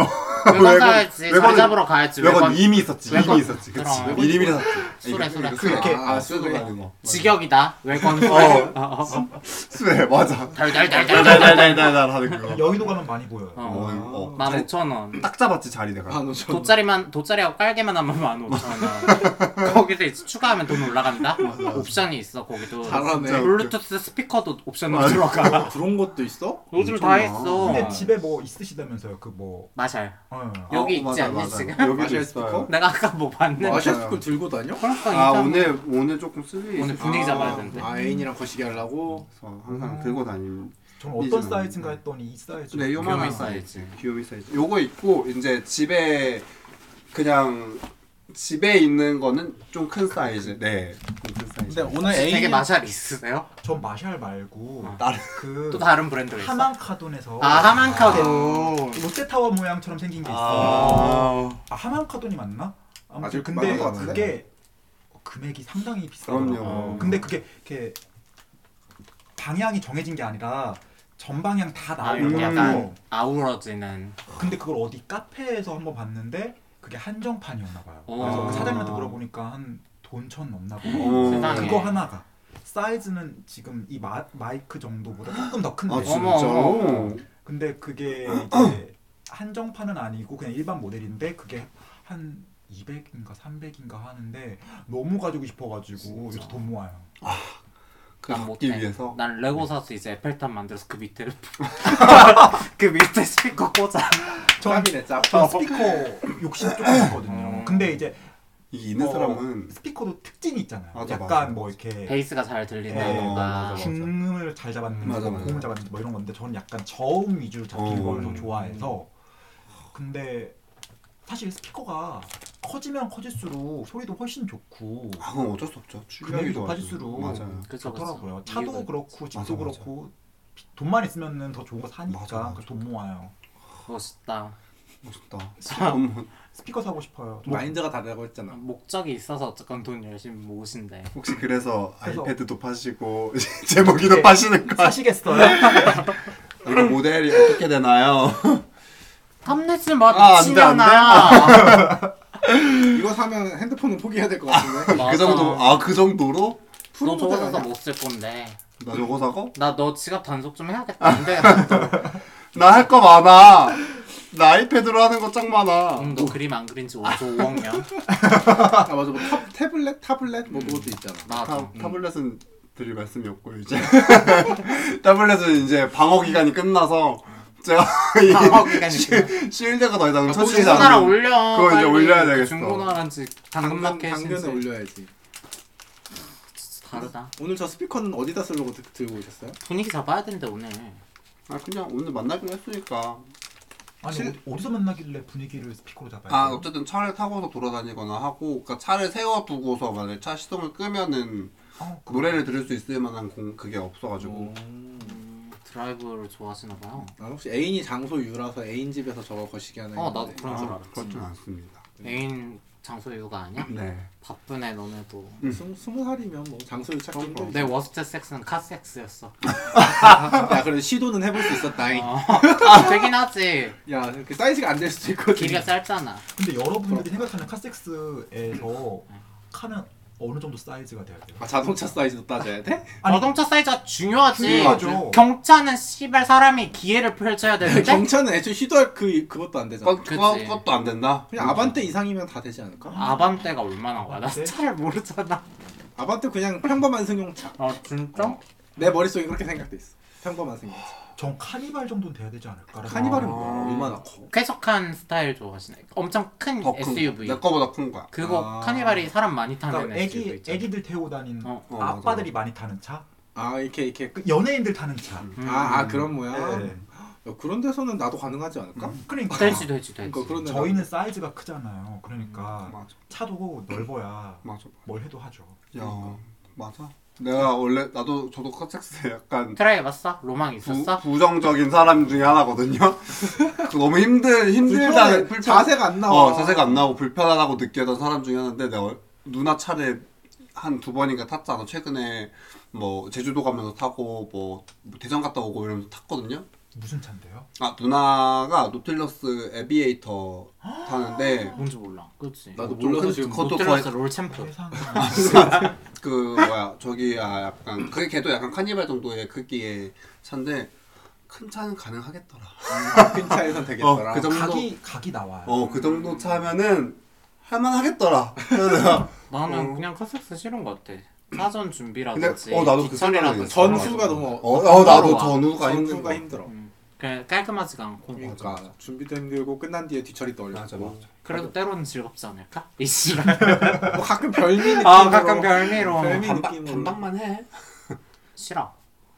S3: 외관 사야지
S1: 외관은-
S3: 자리 잡으러 가야지
S1: 외관
S3: 외관
S1: 이미 있었지.
S3: 외관-
S1: 이미 있었지. 그치.
S3: 그럼.
S1: 미리 미리 샀지.
S3: 수레, 수레.
S2: 그렇게.
S1: 아,
S2: 아,
S1: 수레
S2: 수레.
S1: 같은 거.
S3: 직역이다 외관
S1: 어.
S3: 어.
S1: 수레 맞아.
S3: 달달달달
S1: 달달달달달 하는 그거.
S4: 여의도 가면 많이 보여요
S3: 어.
S1: 어, 어.
S3: 15,000원
S1: 딱 잡았지 자리 내가.
S2: 만 오천.
S3: 돗자리만 돗자리하고 깔개만 하면 15,000원 거기서 이제 추가하면 돈 올라간다 옵션이 있어 거기도
S2: 잘하네.
S1: 진짜.
S3: 블루투스 스피커도 옵션으로 들어가
S2: 그런 것도 있어?
S3: 요즘 다
S4: 근데
S3: 했어
S4: 집에 뭐 있으시다면서요 그뭐
S3: 마샬
S4: 어.
S3: 여기
S1: 어,
S3: 있지
S1: 맞아,
S3: 않니,
S1: 맞아.
S3: 지금?
S1: 여기도
S2: 마샬
S1: 있어요.
S2: 스피커?
S3: 내가 아까 뭐 봤는데
S2: 아시아스쿨 들고 다녀?
S3: 그러니까
S1: 아
S3: 인상-
S1: 오늘 오늘 조금 쓸리
S3: 오늘 분위기 잡아야
S2: 아,
S3: 되는데
S2: 아 애인이랑 거시기 하려고.
S1: 그래서 항상 들고 다니는
S4: 저는 어떤
S1: 이제는
S4: 사이즈인가 했더니 이 사이즈
S1: 네, 요만한
S3: 귀요미
S1: 사이즈.
S3: 사이즈.
S1: 귀요미 사이즈. 요거 있고 이제 집에 그냥 집에 있는 거는 좀 큰 사이즈. 네. 좀큰 사이즈.
S2: 근데 오늘
S3: 네, 되게
S2: 애인
S3: 마샬 있으세요?
S4: 전 마샬 말고
S1: 다른
S3: 또
S4: 그
S3: 다른 브랜드가 있어?
S4: 하만카돈에서
S3: 아 하만카도
S4: 롯데타워 모양처럼 생긴 게 있어. 아,
S1: 아.
S4: 하만카돈이 맞나? 아무튼
S2: 맞을-
S4: 근데
S2: 맞는 것 같은데?
S4: 그게 어, 금액이 상당히
S1: 그럼요.
S4: 비싸더라고. 어, 근데 그게 이렇게 방향이 정해진 게 아니라 전방향 다
S3: 아
S4: 나오는
S3: 이렇게 약간
S4: 거고.
S3: 아우러지는
S4: 근데 그걸 어디 카페에서 한번 봤는데 그게 한정판이었나 봐요.
S3: 오.
S4: 그래서 그 사장님한테 물어보니까 한 돈 천 넘나
S1: 오.
S4: 보고
S3: 어, 세상에.
S4: 그거 하나가 사이즈는 지금 이 마, 마이크 정도보다 조금 더 큰데.
S1: 아그
S3: 어머.
S1: 진짜.
S4: 근데 그게 이제 한정판은 아니고 그냥 일반 모델인데 그게 한 200인가 300인가 하는데 너무 가지고 싶어가지고 요새 돈 모아요.
S1: 그
S3: 난
S1: 먹기
S3: 못해
S1: 위해서.
S3: 난 레고 사서 이제 에펠탑 만들어서 그 밑에 그 밑에 스피커 꽂아
S2: 짭이네 짭.
S4: 전 스피커 욕심 조금
S1: 음.
S4: 있거든요. 근데 이제
S1: 이게 있는
S4: 어,
S1: 사람은
S4: 스피커도 특징이 있잖아요.
S1: 맞아,
S4: 약간
S1: 맞아.
S4: 뭐 이렇게
S3: 베이스가 잘
S4: 어,
S3: 들린다던가
S1: 네. 맞아.
S4: 중음을 잘 잡았는지
S1: 맞아,
S4: 뭐
S1: 맞아.
S4: 고음을 잡았는지 뭐 이런 건데 저는 약간 저음 위주로 잡힌
S1: 어.
S4: 걸 더 좋아해서 근데 사실 스피커가 커지면 커질수록 소리도 훨씬 좋고
S1: 아, 그건 어쩔 수 없죠. 출력이
S4: 금액이
S1: 좋아지고.
S4: 높아질수록
S1: 맞아요.
S3: 그렇죠,
S1: 뭐
S3: 그쵸, 그쵸.
S4: 좋더라고요. 차도
S3: 이유가
S4: 그렇고 집도
S1: 맞아, 맞아.
S4: 그렇고 돈만 있으면은 더 좋은 거 사니까
S1: 맞아, 맞아.
S4: 그래서 돈 모아요.
S3: 멋있다.
S1: 멋있다. 스피커 뭐
S4: 스피커 사고 싶어요.
S2: 좀 마인드가 다르다고 했잖아.
S3: 목적이 있어서 어쨌건 돈 열심히 모으신대.
S1: 혹시 그래서
S4: 그래서-
S1: 아이패드도 파시고 제목이도 파시는 거 네.
S4: 사시겠어요?
S1: 이거 모델이 어떻게 되나요?
S3: 탐내지 마
S1: 아, 안 돼, 안 돼?
S3: 미친년아.
S2: 이거 사면 핸드폰은 포기해야 될 것 같은데.
S3: 맞아.
S1: 그 정도 아 그 정도로
S3: 너 저거 사서
S2: 아니야?
S3: 못 쓸 건데.
S1: 나 저거 사고
S3: 나 너 지갑 단속 좀 해야겠다. 안 되겠다.
S1: 나 할 거 많아. 나 아이패드로 하는 거 짱 많아.
S3: 응, 너 그림 안 그린 지 5조 5억 년.
S2: 아 맞아 뭐 탑, 태블릿 타블렛 뭐 그것도 있잖아.
S3: 맞아.
S1: 타, 타블렛은 드릴 말씀이 없고 이제 타블렛은 이제 방어 기간이 끝나서 제가 이
S3: 방어 기간이
S1: 시-
S3: 끝나.
S1: 실드가 더 이상
S2: 아,
S1: 터지지
S3: 그 중고나라
S2: 중고나라
S1: 않는
S3: 올려.
S1: 그거 이제
S3: 빨리.
S1: 올려야 되겠어.
S3: 중고나라인지
S2: 당근
S3: 당근마켓인지
S2: 당근에 올려야지.
S3: 다르다.
S2: 오늘 저 스피커는 어디다 쓰려고 드, 들고 오셨어요?
S3: 분위기 잡아야 된대 오늘.
S1: 아 그냥 오늘 만나기로 했으니까
S4: 아니
S2: 실-
S4: 어- 어디서 만나길래 분위기를 스피커로 잡아요? 네.
S1: 아 어쨌든 차를 타고서 돌아다니거나 하고 그러니까 차를 세워두고서 만약에 차 시동을 끄면은
S4: 어, 그-
S1: 노래를 들을 수 있을 만한 공 그게 없어가지고
S3: 음, 드라이브를 좋아하시나 봐요.
S2: 난 혹시 애인이 장소 유라서 애인 집에서 저거 거시기 하는.
S3: 어, 나도
S2: 건데.
S3: 그런 줄
S1: 아,
S3: 알았지.
S1: 그렇진 않습니다
S3: 애인 장소 이유가 아니야?
S1: 네
S3: 바쁘네 너네도.
S1: 음.
S2: 그 스무, 스무 살이면 뭐 장소를 찾기
S1: 어,
S2: 힘들지.
S3: 내 워스트 섹스는 카섹스였어.
S2: 야 그래 시도는 해볼 수 있었다. 잉
S3: 어. 아, 되긴 하지.
S2: 야그 사이즈가 안 될 수도 있거든.
S3: 길이가 짧잖아.
S4: 근데 여러분들이
S1: 어.
S4: 생각하는 카섹스에서 카는 어느 정도 사이즈가 돼야 돼요?
S2: 아 자동차 사이즈도 따져야 돼?
S4: 아니, 그
S3: 자동차 사이즈가 중요하지.
S1: 네.
S4: 중요하죠.
S3: 경차는 씨발 사람이 기회를 펼쳐야 되는데
S2: 경차는 애초에 시도할 그 그것도 안 되잖아.
S1: 그, 그거,
S3: 그치.
S1: 그것도 안 된다?
S2: 그냥 아반떼 이상이면 다 되지 않을까?
S3: 어. 아반떼가 얼마나 거야? 나
S4: 아반떼?
S3: 차를 모르잖아.
S2: 아반떼 그냥 평범한 승용차.
S3: 아 진짜?
S2: 어. 내 머릿속에 그렇게 생각돼 있어. 평범한
S1: 아,
S2: 승용차.
S4: 전 카니발 정도는 돼야 되지 않을까?
S2: 카니발은 뭐야? 얼마나 커?
S3: 쾌적한 스타일 좋아하시네. 엄청 큰
S1: 더큰
S3: SUV.
S1: 내 거보다 큰 거야
S3: 그거
S2: 아.
S3: 카니발이 사람 많이 타는
S4: 그러니까
S3: SUV
S4: 애기
S3: 있잖아. 네,
S4: 애기들 태우고 다니는
S3: 어.
S1: 어, 맞아.
S4: 아빠들이 많이 타는 차,
S2: 아 이렇게 이렇게
S4: 그 연예인들 타는 차.
S3: 음.
S2: 아, 아 그런 모양.
S4: 네.
S2: 야, 그런 데서는 나도 가능하지 않을까?
S1: 음.
S4: 그러니까
S3: 되지 되지 되지.
S2: 그러니까 그런 데
S4: 저희는 사이즈가 크잖아요. 그러니까
S1: 맞아
S4: 차도 넓어야
S1: 맞아
S4: 뭘 해도 하죠.
S1: 야 맞아 내가 원래 나도 저도 컷섹스에 약간
S3: 트라이 해봤어? 로망
S1: 부,
S3: 있었어?
S1: 부정적인 사람 중에 하나거든요 그 너무 힘들 힘들다는
S2: 불편해. 자세가 안 나와.
S1: 어, 자세가 안 나오고 불편하다고 느꼈던 사람 중에 하나인데 내가 얼- 누나 차를 한 두 번인가 탔잖아. 최근에 뭐 제주도 가면서 타고 뭐 대전 갔다 오고 이러면서 탔거든요.
S4: 무슨 차인데요?
S1: 아 누나가 노틸러스 에비에이터 타는데
S3: 뭔지 몰라. 그렇지.
S2: 나도
S1: 좀
S2: 몰라서
S1: 큰-
S2: 지금
S1: 큰-
S2: 못-
S1: 뭐? 그것도
S3: 롯데리아스 롤챔프.
S4: 세상에
S1: 그 뭐야 저기 아 약간 그게 걔도 약간 카니발 정도의 크기의 차인데 큰 차는 가능하겠더라.
S2: 큰 차에선 되겠더라.
S1: 어, 그 정도
S4: 각이 각이 나와요.
S1: 어 그 정도 차면은 할만하겠더라. 그래서 내가
S3: 나는
S1: 어. 음.
S3: 그냥 컨셉스 싫은 것 같아. 사전 준비라든지
S1: 근데- 어, 나도 그
S3: 기철이라든지
S1: 생각이
S2: 전후가 너무
S1: 어, 어 나도
S3: 따로 와.
S1: 전후가 힘든
S2: 전후가
S1: 거야.
S2: 힘들어.
S3: 음, 그냥 깔끔하지가 않고
S2: 그러니까 준비도 힘들고 끝난 뒤에 뒤처리 떨려.
S1: 맞아 맞아. 아,
S3: 그래도 때로는 즐겁지 않을까? 이씨발
S2: 뭐 가끔 별미 느낌으로.
S3: 아 가끔 별미로
S2: 별미
S1: 반박
S2: 느낌으로.
S1: 반박만 해.
S3: 싫어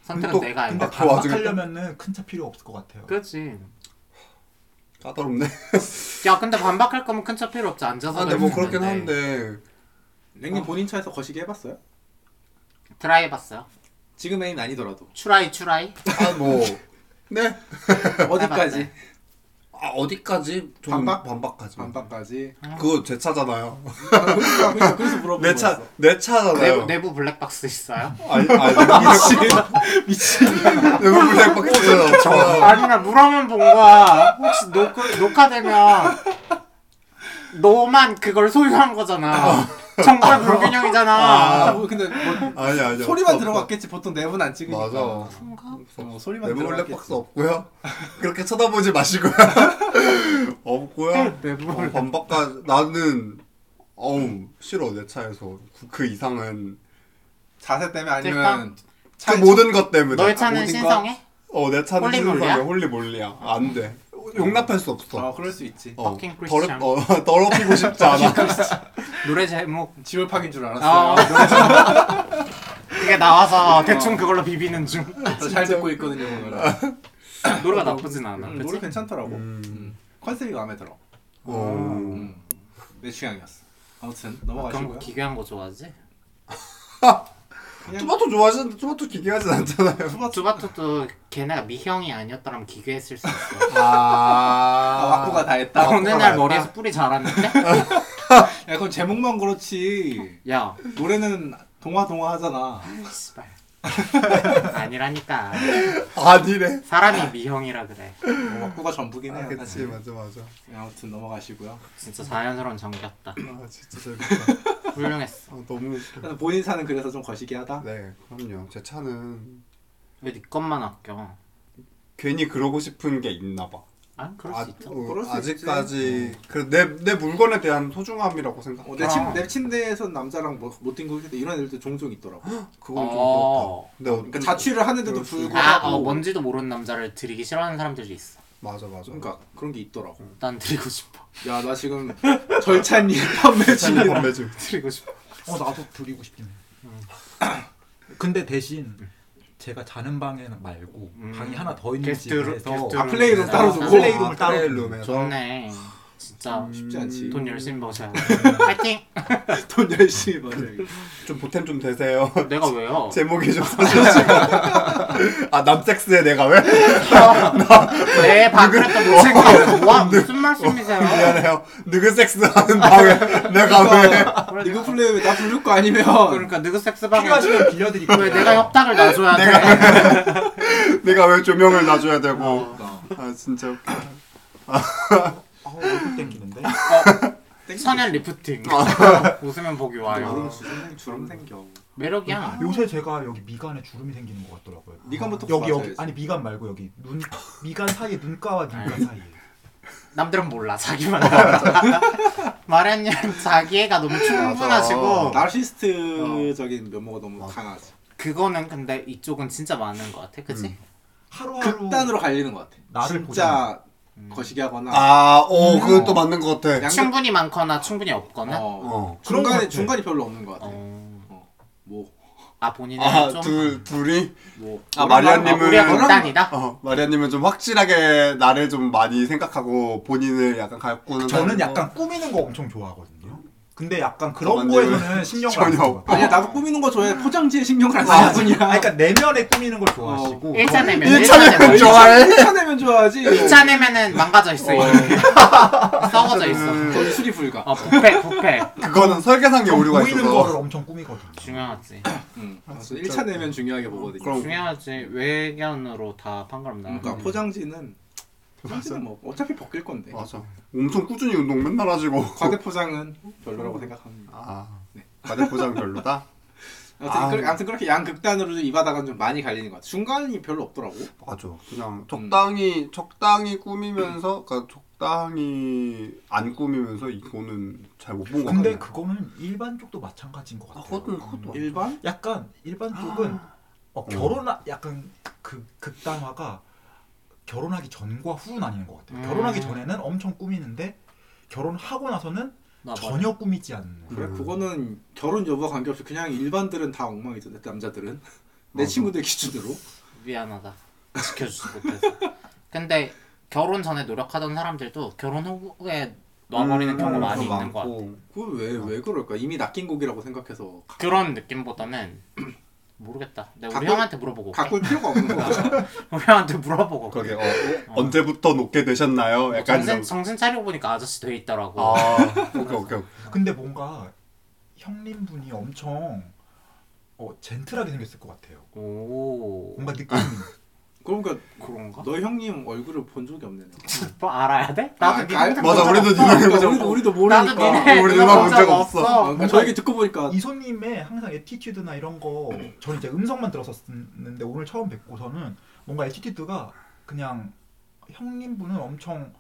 S3: 선택은
S1: 또-
S3: 내가
S4: 근데
S3: 해봐
S1: 그 와중에 또-
S4: 반박하려면은 큰 차 필요 없을 것 같아요.
S3: 그치
S1: 까다롭네.
S3: 야 근데 반박할 거면 큰 차 필요 없지 앉아서
S1: 아, 근데 뭐
S3: 그랬으면
S1: 그렇긴
S3: 돼.
S1: 한데
S2: 랭님
S1: 어.
S2: 본인 차에서 거시기 해봤어요?
S3: 트라이 해봤어요
S2: 지금 애인 아니더라도
S3: 추라이 추라이
S1: 아뭐 네?
S2: 어디까지?
S3: 해봤어요.
S1: 아 어디까지? 저는
S2: 반박?
S1: 반박까지.
S2: 반박까지. 아,
S1: 그거 제 차잖아요.
S2: 그러니까, 그러니까 그래서 물어보는
S1: 내 차 내 차잖아요.
S3: 내부, 내부 블랙박스 있어요?
S1: 아니 아니 미친 미친. 내부 블랙박스잖아. 저.
S3: 아니 나 물어만 본 거야 혹시 녹, 녹화되면 너만 그걸 소유한 거잖아 정말 불균형이잖아
S2: 아, 뭐 근데 뭐
S1: 아니 아니.
S2: 소리만 들어갔겠지. 보통 내분 안 찍으니까.
S1: 네, 맞아.
S3: 그런가?
S2: 어, 소리만
S1: 내부
S2: 들어갔겠지.
S1: 블랙박스 없고요. 그렇게 쳐다보지 마시고요. 없고요.
S3: 내부
S1: 어, 반박까지 나는 어우 싫어 내 차에서 그- 그 이상은
S2: 자세 때문에 아니면
S1: 그 모든 것 때문에.
S3: 너의 차는
S2: 모든 거?
S3: 신성해?
S1: 어, 내 차는
S3: 홀리몰리야?
S1: 신상이야. 홀리몰리야. 안 돼. 용납할 수 없어.
S2: 아 그럴 수 있지.
S1: 어,
S3: fucking
S1: 더럽,
S3: Christian.
S1: 어, 더럽히고 싶지 않아.
S3: 노래 제목
S2: 지울 파인 줄 알았어요.
S3: 아, 노래 제목. 그게 나와서 대충 그걸로 비비는 중
S2: 저잘 듣고 있거든요 오늘.
S3: 노래가 나쁘진 않아
S2: 음, 노래
S3: 그치?
S2: 괜찮더라고.
S1: 아, 음.
S2: 음. 컨셉이 마음에 들어. 음.
S1: 어.
S2: 내 취향이었어. 아무튼
S3: 그런
S2: 넘어가시고요.
S3: 거 기괴한 거 좋아하지?
S2: 그냥 아.
S1: 토마토 좋아하시는데 토마토 기괴하진 않잖아요.
S3: 투바투도 걔네가 미형이 아니었더라면 기괴했을 수 있어.
S2: 아,
S1: 아,
S2: 와꾸가 다 했다.
S3: 나 어느 날 머리에서 뿌리 자랐는데?
S2: 야, 그건 제목만 그렇지.
S3: 야,
S2: 노래는 동화 동화 하잖아.
S3: 씨발. 아니라니까.
S1: 아니래.
S3: 사람이 미형이라 그래.
S2: 뭐 와꾸가 전부긴 해요.
S1: 그치
S2: 사실.
S1: 맞아 맞아.
S2: 아무튼 넘어가시고요.
S3: 진짜 자연스러운 정겼다.
S1: 아 진짜 재밌다.
S3: 훌륭했어.
S1: 아, 너무 웃겨.
S2: 일단 본인 차는 그래서 좀 거시기 하다.
S1: 네 그럼요. 제 차는
S3: 왜네 것만 아껴?
S1: 괜히 그러고 싶은 게 있나 봐.
S3: 아, 그럴
S1: 아,
S3: 수 있죠.
S1: 어,
S2: 그럴 수
S1: 아직까지 그내내 물건에 대한 소중함이라고 생각.
S2: 어, 내, 침, 내 침대에서 남자랑 뭐, 못 뛴고 있을 때 이런 애들도 종종 있더라고.
S1: 그건 좀
S3: 어.
S1: 그렇다. 근데 어,
S2: 아. 그러니까 자취를 하는데도
S1: 그럴 수 있-
S3: 아, 어,
S2: 불구하고
S3: 뭔지도 모르는 남자를 드리기 싫어하는 사람들이 있어.
S1: 맞아 맞아.
S2: 그러니까 그런 게 있더라고.
S3: 난 드리고 싶어.
S2: 야, 나 지금 절찬 일 판매
S1: 자기
S2: 중이야.
S1: 건배 중.
S3: 드리고 싶어.
S4: 어 나도 드리고 싶긴 해. 근데 대신 제가 자는 방에 말고
S3: 음.
S4: 방이 하나 더 있는
S3: 게스트 룸,
S4: 집에서
S3: 게스트
S2: 아, 네. 플레이룸 따로 주고. 아,
S4: 플레이룸을
S1: 아,
S4: 따로
S1: 플레이룸에서.
S3: 좋네. 진짜 음,
S2: 쉽지 않지.
S3: 돈 열심히 버셔야 돼. 파이팅!
S2: 돈 열심히 벌어야겠다.
S1: 좀 보탬 좀 되세요.
S3: 내가 왜요?
S1: 제목이 좀 사주시고. 아 남섹스에 내가 왜?
S3: 내 밥그릇도 못 챙겨. 와, 뭐, 무슨 말씀이세요?
S1: 미안해요. 누구 섹스 하는 방에 내가 왜?
S2: 이거 플레이 왜 나 부를 거 아니면
S3: 그러니까 느그 섹스 방에
S4: 필요하시면 빌려드릴게요. 아,
S3: 왜 내가 협탁을 놔줘야 돼?
S1: 내가 왜 조명을 놔줘야 되고?
S2: 그러니까.
S1: 아 진짜. 웃겨.
S4: 아, 얼굴 땡기는데?
S3: 천연 리프팅.
S2: 어.
S3: 웃으면 복이
S2: 주름
S3: 와요.
S2: 주름 주름 생겨.
S3: 매력이야.
S4: 요새 제가 여기 미간에 주름이 생기는 것 같더라고요.
S2: 미간부터
S4: 여기 여기
S2: 맞아야지.
S4: 아니 미간 말고 여기 눈 미간 사이에 눈가와 눈가 사이에.
S3: 남들은 몰라. 자기만 알아. 마련님 자기 애가 너무 충분하시고
S1: 맞아.
S2: 나르시스트적인 면모가 너무
S1: 맞아.
S2: 강하지.
S3: 그거는 근데 이쪽은 진짜 많은 것 같아. 그치?
S1: 음.
S4: 하루하루
S2: 극단으로 갈리는 것 같아.
S4: 나를
S2: 진짜 거시기 하거나
S1: 아, 오, 그것도 맞는 것 같아.
S2: 음. 양쪽-
S3: 충분히 많거나 충분히 없거나
S2: 어,
S1: 어.
S4: 그런 것
S2: 중간에
S4: 같아.
S2: 중간이 별로 없는 것 같아.
S3: 어.
S2: 뭐
S3: 아 본인은
S1: 아,
S3: 좀
S1: 둘, 둘이?
S2: 뭐.
S1: 아,
S3: 아,
S1: 마리아님은.
S3: 우리가 극단이다?
S1: 어, 마리아님은 좀 확실하게 나를 좀 많이 생각하고 본인을 약간 갈구는.
S4: 저는
S1: 사람이고.
S4: 약간 꾸미는 거 엄청 좋아하거든요. 근데 약간
S1: 저건
S4: 그런 거에서는 신경을 안
S1: 전혀
S4: 쓰는 것 같아요.
S2: 아니야 나도 꾸미는 거 좋아해. 포장지에 신경을 안 쓰는 분이야.
S4: 아, 그러니까 내면에 꾸미는 걸 좋아하시고
S3: 어, 일차
S4: 저는
S3: 내면
S1: 어. 일차
S3: 일차
S1: 내면
S3: 내면
S1: 좋아. 좋아해.
S2: 괜찮으면 좋아하지.
S3: 일차 내면은 망가져 있어.
S2: 아,
S3: 이미. 썩어져 있어.
S2: 그 거의 수리 불가.
S3: 어 부패 부패
S1: 그거는 설계상의 오류가
S4: 보이는 뭐 거를
S1: 있어서.
S4: 엄청 꾸미거든요.
S3: 중요하지.
S2: 응. 음. 그래서
S1: 진짜.
S2: 1차 내면 중요하게 보거든.
S1: 그럼.
S3: 중요하지. 외견으로 다 판가름 나.
S1: 음.
S2: 그러니까 포장지는 포장지는 뭐 어차피 벗길 건데.
S1: 맞아. 엄청 꾸준히 운동 맨날 하시고.
S2: 과대 포장은 별로라고
S1: 음.
S2: 생각합니다.
S1: 아,
S2: 네.
S1: 과대 포장 별로다?
S2: 아무튼,
S1: 아.
S2: 그, 아무튼 그렇게 양극단으로 이 바닥은 좀 많이 갈리는 것 같아. 중간이 별로 없더라고.
S1: 맞아. 그냥 적당히 적당히 꾸미면서 그러니까 적당히 안 꾸미면서 이거는 잘 못 본 것 같아요.
S4: 근데 그거는 일반 쪽도 마찬가지인 것
S1: 아,
S4: 같아요.
S1: 그것도 그것도 맞아. 아.
S2: 일반?
S4: 약간 일반 쪽은 어, 결혼 약간 그 극단화가 결혼하기 전과 후는 아닌 것 같아요.
S3: 음.
S4: 결혼하기 전에는 엄청 꾸미는데 결혼하고 나서는
S3: 아,
S4: 전혀 꾸미지 않는.
S2: 그래?
S1: 음.
S2: 그거는 결혼 여부와 관계없이 그냥 일반들은 다 엉망이던데 남자들은. 내
S1: 맞아.
S2: 친구들 기준으로.
S3: 미안하다. 지켜주지 못해서. 근데 결혼 전에 노력하던 사람들도 결혼 후에 그 놔버리는
S1: 음,
S3: 경우가 많이
S1: 그거
S3: 있는 것 같아.
S1: 많고.
S2: 그거 왜, 왜 그럴까? 이미 낚인 고기라고 생각해서 가-
S3: 그런 느낌보다는 모르겠다. 내가 우리
S2: 가끔-
S3: 형한테 물어보고 올게.
S2: 가꿀 필요가 없는 거 같아.
S3: 우리 형한테 물어보고 올게.
S1: 그러게 어, 어, 언제부터 높게 되셨나요? 약간
S3: 정신,
S1: 이런-
S3: 정신 차리고 보니까 아저씨 돼 있더라고.
S1: 아, 오케이 오케이. 오케이.
S4: 근데 뭔가 형님 분이 엄청 어, 젠틀하게 생겼을 것 같아요.
S3: 오
S4: 뭔가 느낌이
S2: 그러니까
S1: 어?
S3: 그런가?
S2: 너 형님 얼굴을 본 적이 없네. 내가.
S3: 뭐 알아야 돼? 나도
S2: 아,
S3: 니
S2: 알-
S3: 네
S1: 맞아. 우리도 니네
S2: 그러니까 우리도, 우리도 모르니까.
S3: 나도 니네
S1: 우리
S3: 누나 본
S1: 누나
S3: 적
S1: 본
S3: 없어.
S1: 적
S2: 어, 그러니까 저에게 듣고 보니까
S4: 이소님의 항상 에티튜드나 이런 거 저는 이제 음성만 들었었는데 오늘 처음 뵙고서는 뭔가 에티튜드가 그냥 형님 분은 엄청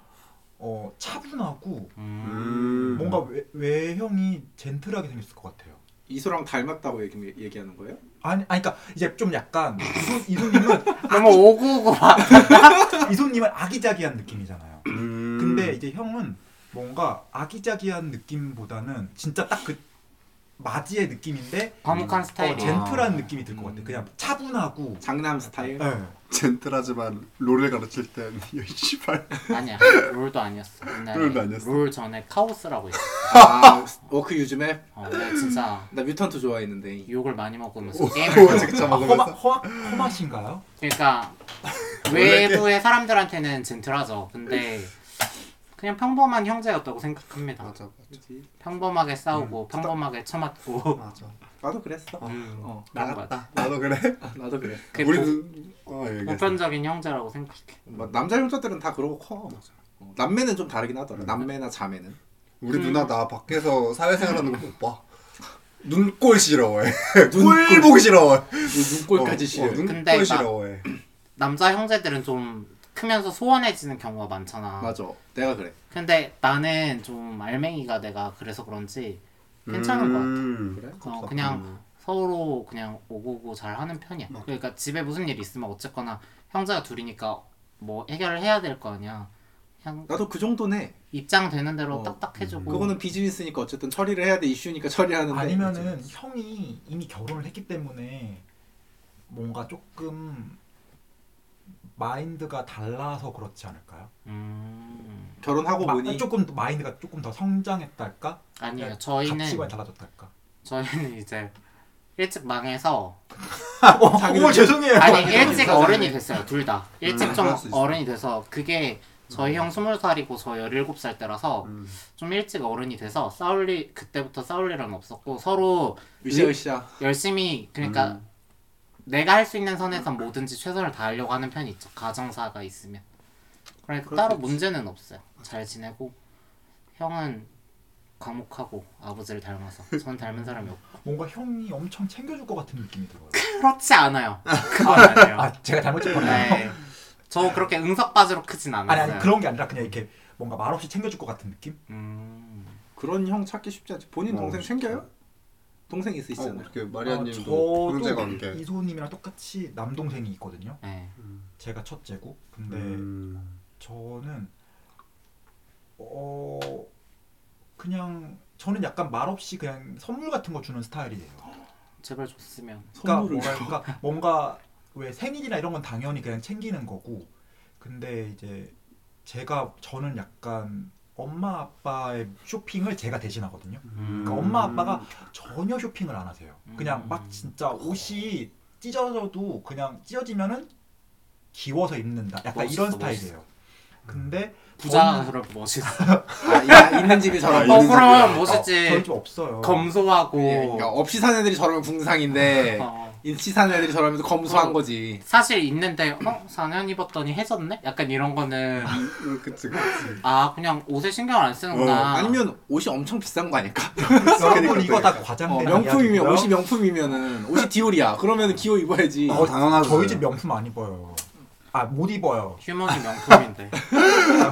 S4: 어, 차분하고
S1: 음.
S4: 뭔가 외, 외형이 젠틀하게 생겼을 것 같아요.
S2: 이소랑 닮았다고 얘기, 얘기하는 거예요?
S4: 아니, 아니 그러니까 이제 좀 약간 이소, 이소님은
S3: 너무 오구오구 봐.
S4: 이소님은 아기자기한 느낌이잖아요.
S1: 음.
S4: 근데 이제 형은 뭔가 아기자기한 느낌보다는 진짜 딱 그 맞이의 느낌인데
S3: 과묵한
S4: 어,
S3: 스타일이.
S4: 젠틀한 느낌이 들 것 같아. 그냥 차분하고.
S2: 장남 스타일.
S4: 예.
S1: 젠틀하지만 롤을 가르칠 땐 씨발
S3: 아니야 롤도 아니었어. 옛날에
S1: 롤도 아니었어?
S3: 롤 전에 카오스라고 있어.
S2: 아, 워크 유즈맵.
S3: 어, 내가 진짜
S2: 나 뮤턴트 좋아했는데.
S3: 욕을 많이 먹으면서
S1: 오
S3: 게임을
S1: 직접
S4: 아, 허마,
S1: 먹으면서
S4: 허, 허맛인가요?
S3: 그러니까 외부의 사람들한테는 젠틀하죠. 근데 그냥 평범한 형제였다고 생각합니다.
S1: 맞아 음.
S2: 그치.
S3: 평범하게 싸우고 평범하게 처맞고
S1: 맞아
S2: 나도 그랬어.
S3: 음,
S2: 어,
S3: 그런 것 같아.
S1: 나갔다 나도 그래
S2: 나도 그래.
S3: 그게 보-
S1: 우리는 어 얘기했어
S3: 보편적인 형제라고 생각해.
S2: 막 뭐, 남자 형제들은 다 그러고 커. 어, 남매는 좀 다르긴 하더라. 남매나 자매는.
S1: 우리 누나 나 밖에서 사회생활하는 거봐 눈꼴 싫어해
S2: 네, 눈꼴.
S1: 꼴 보기 싫어해
S2: 눈꼴까지 싫어.
S1: 어,
S3: 근데 막-
S1: 눈꼴 싫어해
S3: 남자 형제들은 좀 크면서 소원해지는 경우가 많잖아.
S2: 맞아. 내가 그래.
S3: 근데 나는 좀 알맹이가 내가 그래서 그런지 괜찮은 것 같아.
S1: 음.
S2: 그래?
S3: 어, 그냥 서로 그냥 오고고 잘 하는 편이야. 그러니까 집에 무슨 일이 있으면 어쨌거나 형제가 둘이니까 뭐 해결을 해야 될 거 아니야. 그냥
S2: 나도 그 정도네.
S3: 입장 되는 대로
S2: 어,
S3: 딱딱 해주고.
S2: 그거는 비즈니스니까 어쨌든 처리를 해야 돼. 이슈니까
S4: 네,
S2: 처리하는데.
S4: 아니면은 형이 이미 결혼을 했기 때문에 뭔가 조금 마인드가 달라서 그렇지 않을까요?
S3: 음,
S2: 결혼하고
S4: 마-
S2: 보니
S4: 조금 더 마인드가 조금 더 성장했달까?
S3: 아니에요. 저희는
S4: 가치관이 달라졌달까?
S3: 저희는 이제 일찍 망해서
S4: 어,
S2: 자기는
S4: 정말 죄송해요.
S3: 아니 일찍 어른이 됐어요. 둘 다. 일찍
S1: 음,
S3: 좀
S1: 그럴 수 있어.
S3: 어른이 돼서 그게 저희 형 스물 살이고 저 열일곱 살 때라서
S1: 음.
S3: 좀 일찍 어른이 돼서 싸울 일 그때부터 싸울 일은 없었고 서로
S2: 으쌰으쌰.
S3: 열심히 그러니까 내가 할 수 있는 선에서 뭐든지 최선을 다하려고 하는 편이 있죠. 가정사가 있으면. 그러니까
S1: 그럴
S3: 따로
S1: 수 있지.
S3: 문제는 없어요. 잘 지내고 형은 과묵하고 아버지를 닮아서 전 닮은 사람이 없고
S4: 뭔가 형이 엄청 챙겨줄 것 같은 느낌이 들어요.
S3: 그렇지 않아요. 그건 아니에요.
S4: 아 제가 잘못 짚었나요?
S3: 네. 저 그렇게 응석 바지로 크진
S4: 아니
S3: 않았어요.
S4: 아니 그런 게 아니라 그냥 이렇게 뭔가 말없이 챙겨줄 것 같은 느낌?
S3: 음.
S2: 그런 형 찾기 쉽지 않지. 본인
S1: 어,
S2: 동생
S1: 진짜.
S2: 챙겨요? 동생
S1: 어,
S2: 있으시잖아요.
S1: 이렇게
S4: 아,
S1: 마리아님도 형제
S4: 저도 그
S1: 관계
S4: 이소님이랑 똑같이 남동생이 있거든요.
S3: 네.
S4: 제가 첫째고 근데
S1: 음.
S4: 저는 어 그냥 저는 약간 말없이 그냥 선물 같은 거 주는 스타일이에요.
S3: 제발 줬으면.
S4: 그러니까
S2: 선물을 뭐
S4: 뭔가, 그러니까 뭔가 왜 생일이나 이런 건 당연히 그냥 챙기는 거고 근데 이제 제가 저는 약간 엄마 아빠의 쇼핑을 제가 대신하거든요.
S3: 음.
S4: 그러니까 엄마 아빠가 전혀 쇼핑을 안 하세요. 그냥
S3: 음.
S4: 막 진짜 옷이 찢어져도 그냥 찢어지면은 기워서 입는다. 약간
S3: 멋있어,
S4: 이런
S3: 음. 멋있어.
S4: 스타일이에요. 근데 저는-
S3: 부자로 멋있어.
S2: 아, 야, 있는 집이 저런.
S3: 어
S1: 있는
S3: 그럼
S1: 집이야.
S4: 저는
S3: 멋있지.
S4: 좀 없어요.
S3: 네. 검소하고.
S2: 예, 그러니까 없이 산 애들이 저러면 궁상인데
S3: 어.
S2: 인치 산 애들이 저러면 검소한
S3: 어.
S2: 거지.
S3: 사실 있는데 어? 4년 입었더니 해졌네? 약간 이런 거는
S1: 음, 그치 그치
S3: 아 그냥 옷에 신경 안 쓰는구나
S2: 아. 니면 옷이 엄청 비싼 거 아닐까?
S4: 여러분 이거 다
S2: 어,
S4: 과장된
S2: 명품이면
S4: 이야기고요.
S2: 옷이 명품이면은 옷이 디올이야. 그러면 기호 입어야지.
S1: 어, 당연하지.
S3: 음.
S4: 저희 집 명품 안 입어요. 아 못 입어요.
S3: 휴먼이 명품인데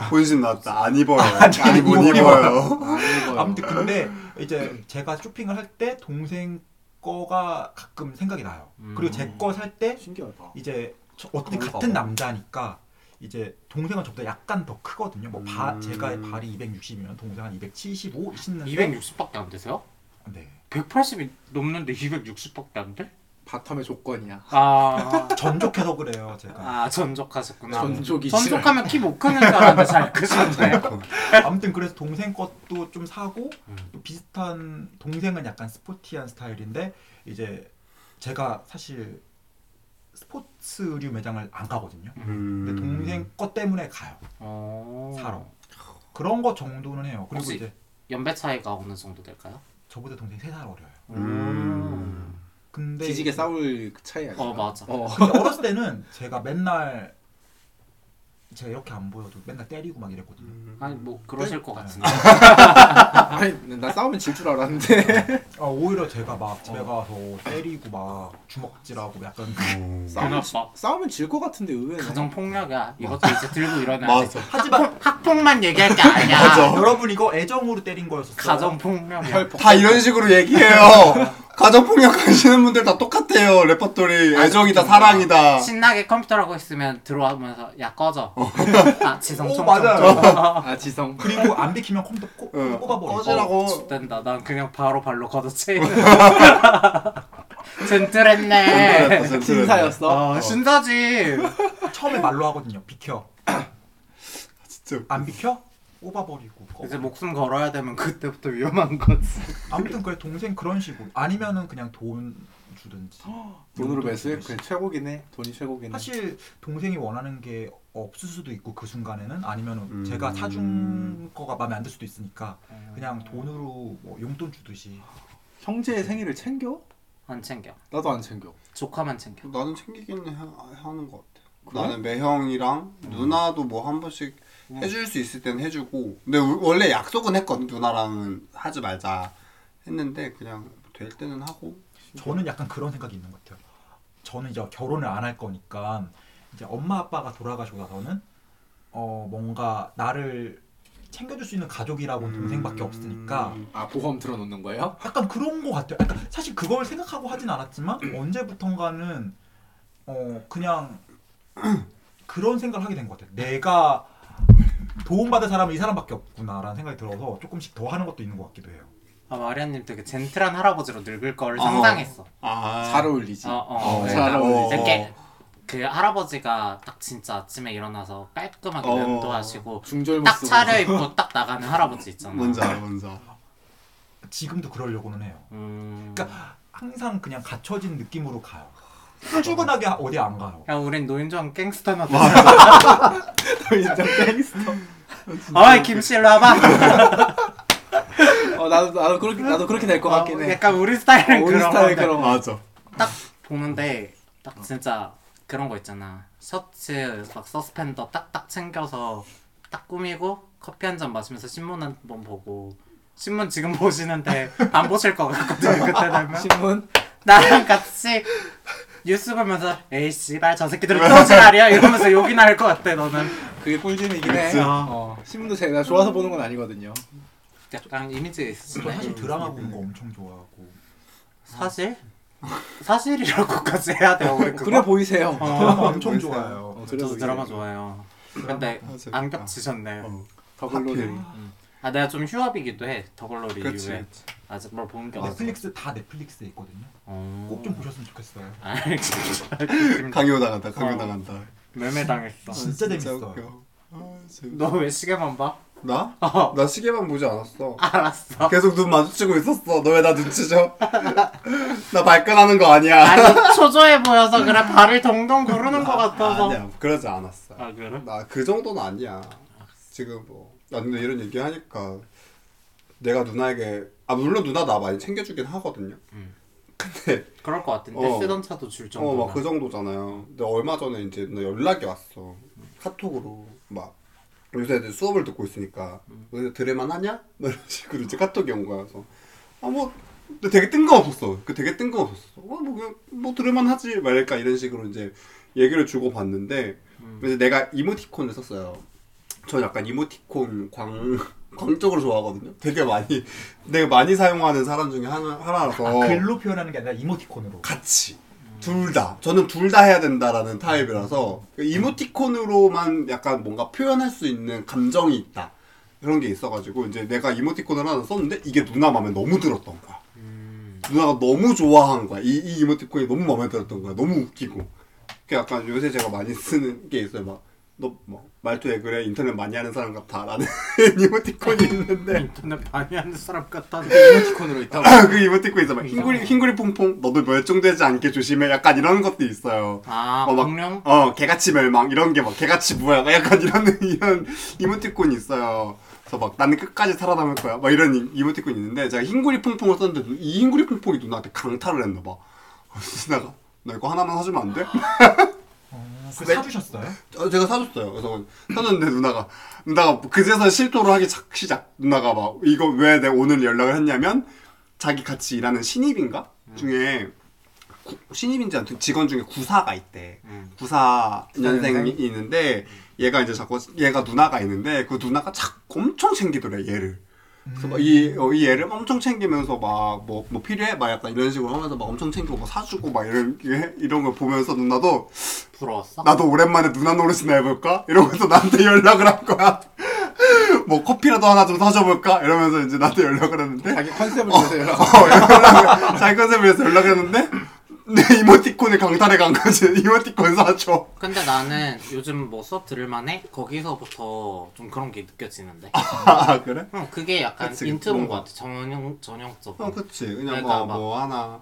S1: 본심 나왔다 안 입어요
S2: 아니,
S1: 아니 못
S2: 입어요.
S1: 입어요
S2: 안 입어요.
S4: 아무튼 근데 이제 제가 쇼핑을 할 때 동생 거가 가끔 생각이 나요.
S3: 음.
S4: 그리고 제 거 살 때
S2: 신기하다.
S4: 이제 저- 어떻게
S1: 그런가
S4: 같은
S1: 봐.
S4: 남자니까 이제 동생은 저보다 약간 더 크거든요. 뭐 바,
S1: 음.
S4: 제가 발이 260이면 동생 한 275, 0는데
S3: 260밖에 안 되세요?
S4: 네.
S3: 180이 넘는데 260밖에 안 돼?
S2: 바텀의 조건이야.
S3: 아...
S4: 전족해서 그래요, 제가.
S3: 아
S2: 음.
S3: 전족하셨구나
S2: 전족이
S3: 전족하면 키 못 크는 줄 알았는데 잘 크셨네
S4: 아무튼 그래서 동생 것도 좀 사고
S3: 음.
S4: 또 비슷한 동생은 약간 스포티한 스타일인데 이제 제가 사실 스포츠류 매장을 안 가거든요.
S1: 음.
S4: 근데 동생 것 때문에 가요.
S3: 어...
S4: 사러. 그런 거 정도는 해요. 그리고
S3: 혹시-
S4: 이제
S3: 연배 차이가 어느 정도 될까요?
S4: 저보다 동생 3살 어려요.
S1: 음.
S4: 근데
S2: 뒤지게 싸울 차이 아니야.
S3: 어 맞아
S2: 어.
S4: 근데 어렸을 때는 제가 맨날 제가 이렇게 안 보여도 맨날 때리고 막 이랬거든요.
S3: 아니 뭐 그러실 것 같은데
S2: 아니 나 싸우면 질 줄 알았는데
S4: 아, 오히려 제가 막 집에 가서 때리고 막 주먹질하고 약간
S1: 음.
S3: 그나마.
S2: 싸우면, 지- 싸우면 질 것 같은데 의외로.
S3: 가정폭력이야 이것도 이제 들고 일어나야지
S1: 맞아
S4: 하지만
S3: 학폭만 얘기할 게 아니야
S1: 뭐, 맞아.
S4: 여러분 이거 애정으로 때린 거였었어요.
S3: 가정폭력이야
S2: 혈폭.
S1: 다 이런 식으로 얘기해요 가정폭력 하시는 분들 다 똑같아요. 레퍼토리 애정이다 사랑이다.
S3: 신나게 컴퓨터를 하고 있으면 들어와면서 야 꺼져. 아 지성
S4: 오,
S3: 총
S4: 어, 맞아요.
S2: 아 지성.
S4: 그리고 안 비키면 컴퓨터 꼬,
S1: 응.
S4: 꼽아버려.
S1: 어. 꺼지라고.
S3: 된다. 난 그냥 바로 발로 걷어채. 젠틀했네.
S1: 젠틀했다, 젠틀했다.
S2: 진사였어.
S3: 어, 신사지.
S4: 처음에 말로 하거든요. 비켜.
S1: 진짜.
S4: 안 비켜? 꼽아버리고. 꺼.
S3: 이제 뭐 목숨 걸어야 되면 그때부터 위험한 거지.
S4: 아무튼 그래 동생 그런 식으로 아니면은 그냥 돈 주든지.
S2: 아. 돈으로 매수해. 그래 최고긴 해. 돈이 최고긴 해.
S4: 사실 동생이 원하는 게 없을 수도 있고 그 순간에는 아니면
S1: 음.
S4: 은 제가 사준 거가 마음에 안 들 수도 있으니까 그냥 돈으로 뭐 용돈 주듯이
S2: 형제의 생일을 챙겨?
S3: 안 챙겨.
S2: 나도 안 챙겨.
S3: 조카만 챙겨.
S1: 나는 챙기긴 해- 하는 것 같아.
S2: 그래?
S1: 나는 매형이랑 누나도 뭐 한 번씩 해줄 수 있을 때는 해주고. 근데 우- 원래 약속은 했거든. 누나랑은 하지 말자 했는데 그냥 될 때는 하고.
S4: 저는 약간 그런 생각이 있는 것 같아요. 저는 이제 결혼을 안 할 거니까 이제 엄마 아빠가 돌아가시고 나서는 어 뭔가 나를 챙겨줄 수 있는 가족이라고 동생밖에 없으니까
S1: 음.
S2: 아 보험 들어놓는 거예요?
S4: 약간 그런 것 같아요. 약간 사실 그걸 생각하고 하진 않았지만
S2: 음.
S4: 언제부턴가는 어 그냥 그런 생각을 하게 된 것 같아요. 내가 도움받을 사람은 이 사람밖에 없구나라는 생각이 들어서 조금씩 더 하는 것도 있는 것 같기도 해요.
S3: 아 마리아님 되게 젠틀한 할아버지로 늙을 걸
S1: 어.
S3: 상상했어.
S1: 아.
S2: 잘 어울리지.
S3: 어, 어,
S1: 어,
S3: 그래서
S2: 잘 어울리지.
S3: 이렇게 그 할아버지가 딱 진짜 아침에 일어나서 깔끔하게
S1: 어.
S3: 면도하시고
S2: 중절
S3: 딱
S2: 모습.
S3: 차려입고 딱 나가는 할아버지 있잖아.
S1: 뭔지 알아, 뭔지 알아.
S4: 지금도 그러려고는 해요.
S3: 음.
S4: 항상 그냥 갇혀진 느낌으로 가요. 출근하게 어디 안 가요.
S3: 야, 우린 노인정 갱스터나 되자.
S2: 인정 땡스.
S3: 어이, 김씨로 와봐.
S2: 어 나도 나도 그렇게 나도 그렇게 될 것 같긴 해.
S3: 어, 약간 우리 스타일은
S2: 어, 우리
S3: 아, 예, 그런
S2: 스타일
S3: 건데.
S2: 그런 거.
S1: 맞아.
S3: 딱 보는데 딱 진짜 그런 거 있잖아. 셔츠 막 서스펜더 딱딱 챙겨서 딱 꾸미고 커피 한 잔 마시면서 신문 한 번 보고 신문 지금 보시는데 안 보실 것 같거든요. 그때 되면
S2: 신문.
S3: 나랑 같이 뉴스 보면서 에이 씨발 저 새끼들은 또 지랄이야 이러면서 욕이 날 것 같아 너는
S2: 그게 꿀잼이긴 해.
S1: 그치.
S2: 어, 신문도 제가 좋아서 보는 건 아니거든요.
S3: 약간 이미지가
S4: 저
S3: 있으시네.
S4: 사실 드라마 보는 거 엄청 좋아하고
S3: 사실? 사실이라고까지 해야 돼요. 우리 그거?
S2: 그래
S1: 뭐,
S2: 보이세요.
S4: 드라마
S3: 어,
S4: 엄청
S1: 멋있어요.
S4: 좋아해요.
S2: 어,
S3: 저도 드라마
S2: 보이세요.
S3: 좋아해요. 근데
S1: 아, 재밌다.
S3: 안 겹치셨네.
S1: 어.
S2: 더글로리.
S1: 하필.
S3: 아 내가 좀 휴업이기도 해. 더글로리
S1: 그렇지.
S3: 이후에 아직 뭘 본 게 없어.
S4: 넷플릭스 다 넷플릭스에 있거든요.
S3: 어. 아,
S4: 꼭 좀 보셨으면 좋겠어요.
S3: 알겠습니다.
S1: 강요 당한다, 강요
S3: 어.
S1: 당한다.
S3: 매매 당했어.
S4: 아, 진짜 재밌어요.
S1: 웃겨. 아, 재밌-
S3: 너 왜 시계만 봐?
S1: 나?
S3: 어.
S1: 나 시계만 보지 않았어.
S3: 알았어.
S1: 계속 눈 마주치고 있었어. 너 왜 나 눈치죠? 나 발끈하는 거 아니야.
S3: 아니 초조해 보여서 그래 발을 동동 구르는 것
S4: 어,
S3: 같아서.
S1: 아니야, 뭐 그러지 않았어.
S3: 아 그래?
S1: 나 그 정도는 아니야. 지금 뭐. 나 근데 이런 얘기 하니까 내가 누나에게 아 물론 누나 나 많이 챙겨주긴 하거든요.
S3: 음.
S1: 근데
S3: 그럴 것 같은데
S1: 어.
S3: 쓰던 차도 줄 정도나.
S1: 어막 그 정도잖아요. 근데 얼마 전에 이제 나 연락이 왔어. 카톡으로 막 요새 이제 수업을 듣고 있으니까
S4: 음.
S1: 요새 들을만 하냐? 막 이런 식으로 이제 카톡이 온 거야. 그래서 아뭐 근데 되게 뜬금없었어. 그 되게 뜬금없었어. 어뭐 그냥 뭐 들을만 하지 말까 이런 식으로 이제 얘기를 주고 봤는데
S4: 음.
S1: 그래서 내가 이모티콘을 썼어요. 저 약간 이모티콘 광 광적으로 좋아하거든요. 되게 많이 내가 많이 사용하는 사람 중에 하나, 하나라서
S4: 아, 글로 표현하는 게 아니라 이모티콘으로.
S1: 같이 둘 다. 저는 둘 다 해야 된다라는 타입이라서 이모티콘으로만 약간 뭔가 표현할 수 있는 감정이 있다. 그런 게 있어가지고 이제 내가 이모티콘을 하나 썼는데 이게 누나 마음에 너무 들었던 거야. 누나가 너무 좋아한 거야. 이, 이 이모티콘이 너무 마음에 들었던 거야. 너무 웃기고. 그 약간 요새 제가 많이 쓰는 게 있어요. 막, 너, 뭐, 말투 왜 그래? 인터넷 많이 하는 사람 같아. 라는 이모티콘이 있는데.
S3: 인터넷 많이 하는 사람 같아서.
S2: 이모티콘으로 있다고.
S1: 그 이모티콘 있어. 막, 흰구리, 흰구리 퐁퐁. 너도 멸종되지 않게 조심해. 약간 이런 것도 있어요.
S3: 아
S1: 어, 막-
S3: 공룡?
S1: 어, 개같이 멸망 이런 게 막 개같이 뭐야 약간 이런 이런 이모티콘이 있어요. 그래서 막 나는 끝까지 살아남을 거야. 막 이런 이- 이모티콘이 있는데 제가 흰구리 퐁퐁을 썼는데 누- 이 흰구리 퐁퐁이 누나한테 강탈을 했나 봐. 그래서 누나가 나 이거 하나만 사주면 안 돼?
S4: 어, 그 사주셨어요?
S1: 어, 제가 사줬어요. 그래서 사줬는데 누나가 누나가 그제서 실토를 하기 작- 시작. 누나가 막 이거 왜 내가 오늘 연락을 했냐면 자기 같이 일하는 신입인가 중에 구- 신입인지 아무튼 직원 중에 구사가 있대.
S3: 음.
S1: 구사
S2: 연생?
S1: 년생이 있는데 얘가 이제 자꾸 얘가 누나가 있는데 그 누나가 자꾸 엄청 챙기더래 얘를. 그래서 막 이, 어, 이 애를 엄청 챙기면서 막, 뭐, 뭐 필요해? 막 약간 이런 식으로 하면서 막 엄청 챙기고 막 사주고 막 이런, 이게- 이런 걸 보면서 누나도
S3: 부러웠어?
S1: 나도 오랜만에 누나 노릇이나 해볼까? 이러면서 나한테 연락을 한 거야. 뭐 커피라도 하나 좀 사줘볼까? 이러면서 이제 나한테 연락을
S3: 네?
S1: 했는데.
S2: 자기 컨셉을 위해서 연락.
S1: 어, 연락을, 자기 컨셉을 위해서 연락을 했는데. 내 이모티콘을 강탈해 간 거지. 이모티콘 사줘.
S3: 근데 나는 요즘 뭐 수업 들을 만해? 거기서부터 좀 그런 게 느껴지는데.
S1: 아, 그래?
S3: 응, 그게 약간
S1: 그치,
S3: 인트
S1: 그런
S3: 본것
S1: 거.
S3: 같아. 전형, 전형적.
S1: 어, 그치. 그냥
S3: 그러니까
S1: 뭐, 뭐 하나.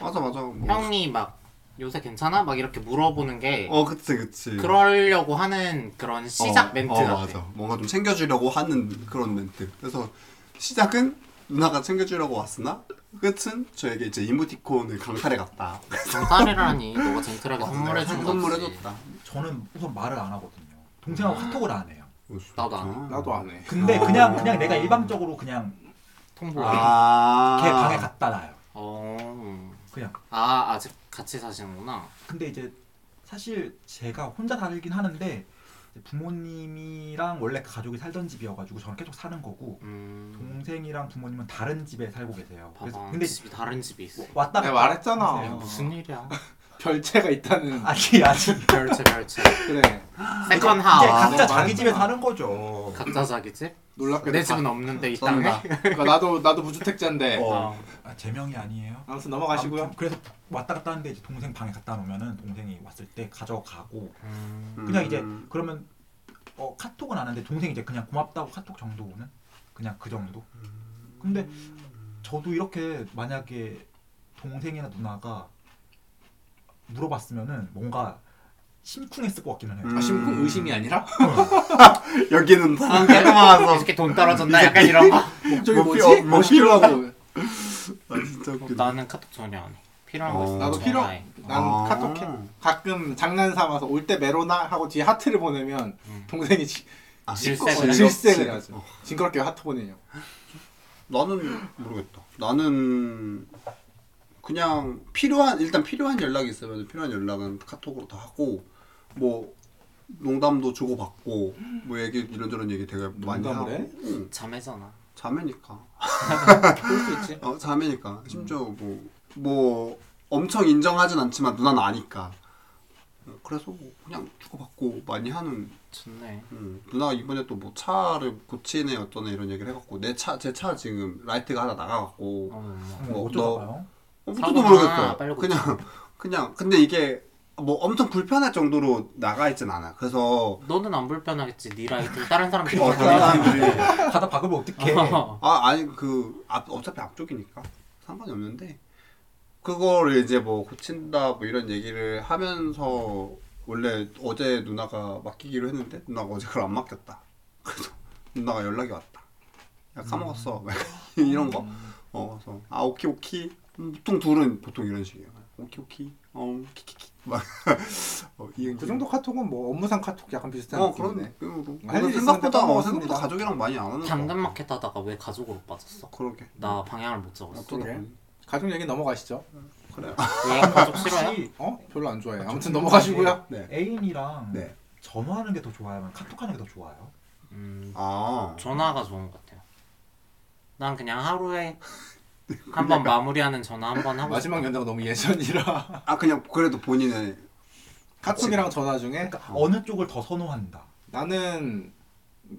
S1: 맞아, 맞아. 뭐.
S3: 형이 막 요새 괜찮아? 막 이렇게 물어보는 게
S1: 어, 그치, 그치.
S3: 그러려고 하는 그런 시작
S1: 어,
S3: 멘트
S1: 어,
S3: 같아.
S1: 맞아. 뭔가 좀 챙겨주려고 하는 그런 멘트. 그래서 시작은 누나가 챙겨주려고 왔으나 끝은 저에게 이제 이모티콘을 강탈해 갔다.
S3: 정탈이라니 뭐 너가 젠틀하게
S1: 네,
S3: 선물해준 거지.
S1: 선물해줬다.
S4: 저는 우선 말을 안 하거든요. 동생하고 카톡을 안 해요.
S3: 나도 안
S2: 나도 안 해.
S4: 근데
S1: 아.
S4: 그냥 그냥 내가 일방적으로 그냥
S3: 통보. 아.
S1: 아.
S4: 걔 방에 갖다 놔요.
S3: 어.
S4: 그냥.
S3: 아 아직 같이 사시는구나.
S4: 근데 이제 사실 제가 혼자 살긴 하는데 이제 부모님이랑 원래 가족이 살던 집이어가지고 저는 계속 사는 거고
S3: 음.
S4: 동생이랑 부모님은 다른 집에 살고 계세요. 그래서
S3: 봐봐.
S4: 근데
S3: 집이 다른 집이 있어.
S4: 왔다
S2: 내가
S4: 갔다
S1: 어.
S2: 말했잖아.
S4: 하세요.
S3: 무슨 일이야?
S2: 별채가 있다는.
S4: 아니 아니
S3: 별채 별채.
S2: 그래.
S3: 세컨
S4: 이제
S3: 하우.
S4: 각자
S2: 내가
S4: 자기
S2: 말했잖아.
S4: 집에 사는 거죠.
S3: 각자 자기 집?
S2: 놀랍게도
S3: 내
S2: 다-
S3: 집은 없는데 이 땅에.
S1: 쩐다.
S2: 그러니까 나도 나도 무주택자인데.
S1: 어.
S4: 아, 제 명이 아니에요.
S2: 아무튼 넘어가시고요.
S4: 아무튼 그래서 왔다 갔다 하는데 이제 동생 방에 갖다 놓으면은 동생이 왔을 때 가져가고
S3: 음.
S4: 그냥 이제
S1: 음.
S4: 그러면 어 카톡은 안 하는데 동생이 이제 그냥 고맙다고 카톡 정도는 그냥 그 정도.
S2: 음.
S4: 근데 저도 이렇게 만약에 동생이나 누나가 물어봤으면은 뭔가 심쿵했을 것 같기는 해요.
S1: 음.
S2: 아, 심쿵 의심이 아니라
S1: 여기는 사람 깔끔하서.
S3: 이렇게 돈 떨어졌나 약간 이런 거.
S2: 목적이
S1: 뭐 필요-
S2: 뭐지?
S1: 뭐
S2: 뭐 필요하고
S1: 아, 진짜
S3: 어,
S1: 웃기다.
S3: 나는 카톡 전혀 안 해. 필요한 거
S1: 어.
S3: 있으면
S2: 나도 필요.
S3: 전화해.
S2: 난
S1: 아.
S2: 카톡해. 가끔 장난 삼아서 올 때 메로나 하고 뒤에 하트를 보내면
S3: 음.
S2: 동생이 지,
S1: 아,
S3: 질색.
S2: 어,
S3: 질색을
S2: 질색을 해야지.
S1: 어.
S2: 징그럽게 하트 보내요.
S1: 나는 모르겠다. 나는 그냥 필요한 일단 필요한 연락이 있으면 필요한 연락은 카톡으로 다 하고 뭐 농담도 주고 받고 뭐 얘기 이런저런 얘기 되게 많이 하고
S2: 농담을 해?
S1: 응,
S3: 자매잖아.
S1: 자매니까
S2: 뭐 그럴 수 있지.
S1: 어 자매니까 심지어 뭐 뭐 엄청 인정하진 않지만 누나는 아니까 어, 그래서 뭐 그냥 주고받고 많이 하는
S3: 좋네.
S1: 음, 누나가 이번에 또 뭐 차를 고치네 어쩌네 이런 얘기를 해갖고 내 차 제 차 지금 라이트가 하나 나가갖고
S3: 어, 뭐.
S2: 음.
S4: 어머,
S1: 뭐,
S4: 어쩌다
S1: 너-
S4: 봐요.
S1: 어,
S3: 사고나
S1: 저도 모르겠어요.
S3: 빨리
S1: 그냥 그냥 근데 이게 뭐 엄청 불편할 정도로 나가 있진 않아. 그래서
S3: 너는 안 불편하겠지. 네 라이트 다른 사람들이
S2: 그러니까.
S1: 어떤 사람들이
S4: 가다 박으면 어떡해.
S3: 어.
S1: 아 아니 그 앞, 어차피 앞쪽이니까 상관이 없는데 그거를 이제 뭐 고친다 뭐 이런 얘기를 하면서 원래 어제 누나가 맡기기로 했는데 누나가 어제 그걸 안 맡겼다. 그래서 누나가 연락이 왔다. 야 까먹었어.
S2: 음.
S1: 이런 거. 어, 그래서 아 오키 오키. 음, 보통 둘은 보통 이런 식이에요. 오키 오키. 어 키키키. 막 어, 이응.
S2: 그 정도 카톡은 뭐 업무상 카톡 약간 비슷한
S1: 어 그런
S2: 느낌이네.
S1: 느낌으로.
S2: 할 일이
S1: 오늘
S2: 있으면
S1: 생각보다 어,
S2: 까먹었습니다.
S1: 생각보다 가족이랑 많이 안 하는 거.
S3: 당근마켓 하다가 왜 가족으로 빠졌어?
S1: 그러게.
S3: 나 방향을 못 잡았어.
S1: 어쩌다
S2: 그래?
S1: 보니.
S2: 가족 얘기 넘어가시죠.
S1: 그래.
S3: 왜 가족 싫어요?
S2: 어? 별로 안 좋아해. 아무튼 넘어가시고요.
S1: 네.
S4: 애인이랑
S1: 네.
S4: 전화하는 게 더 좋아요? 아니면 카톡하는 게 더 좋아요?
S3: 음,
S1: 아.
S3: 전화가 좋은 것 같아요. 난 그냥 하루에 한 번 마무리하는 전화 한
S1: 네.
S3: 번 하고
S2: 마지막 연대가 너무 예전이라
S1: 아 그냥 그래도 본인의
S2: 카톡이랑 전화 중에
S4: 그러니까 어느 쪽을 더 선호한다.
S2: 나는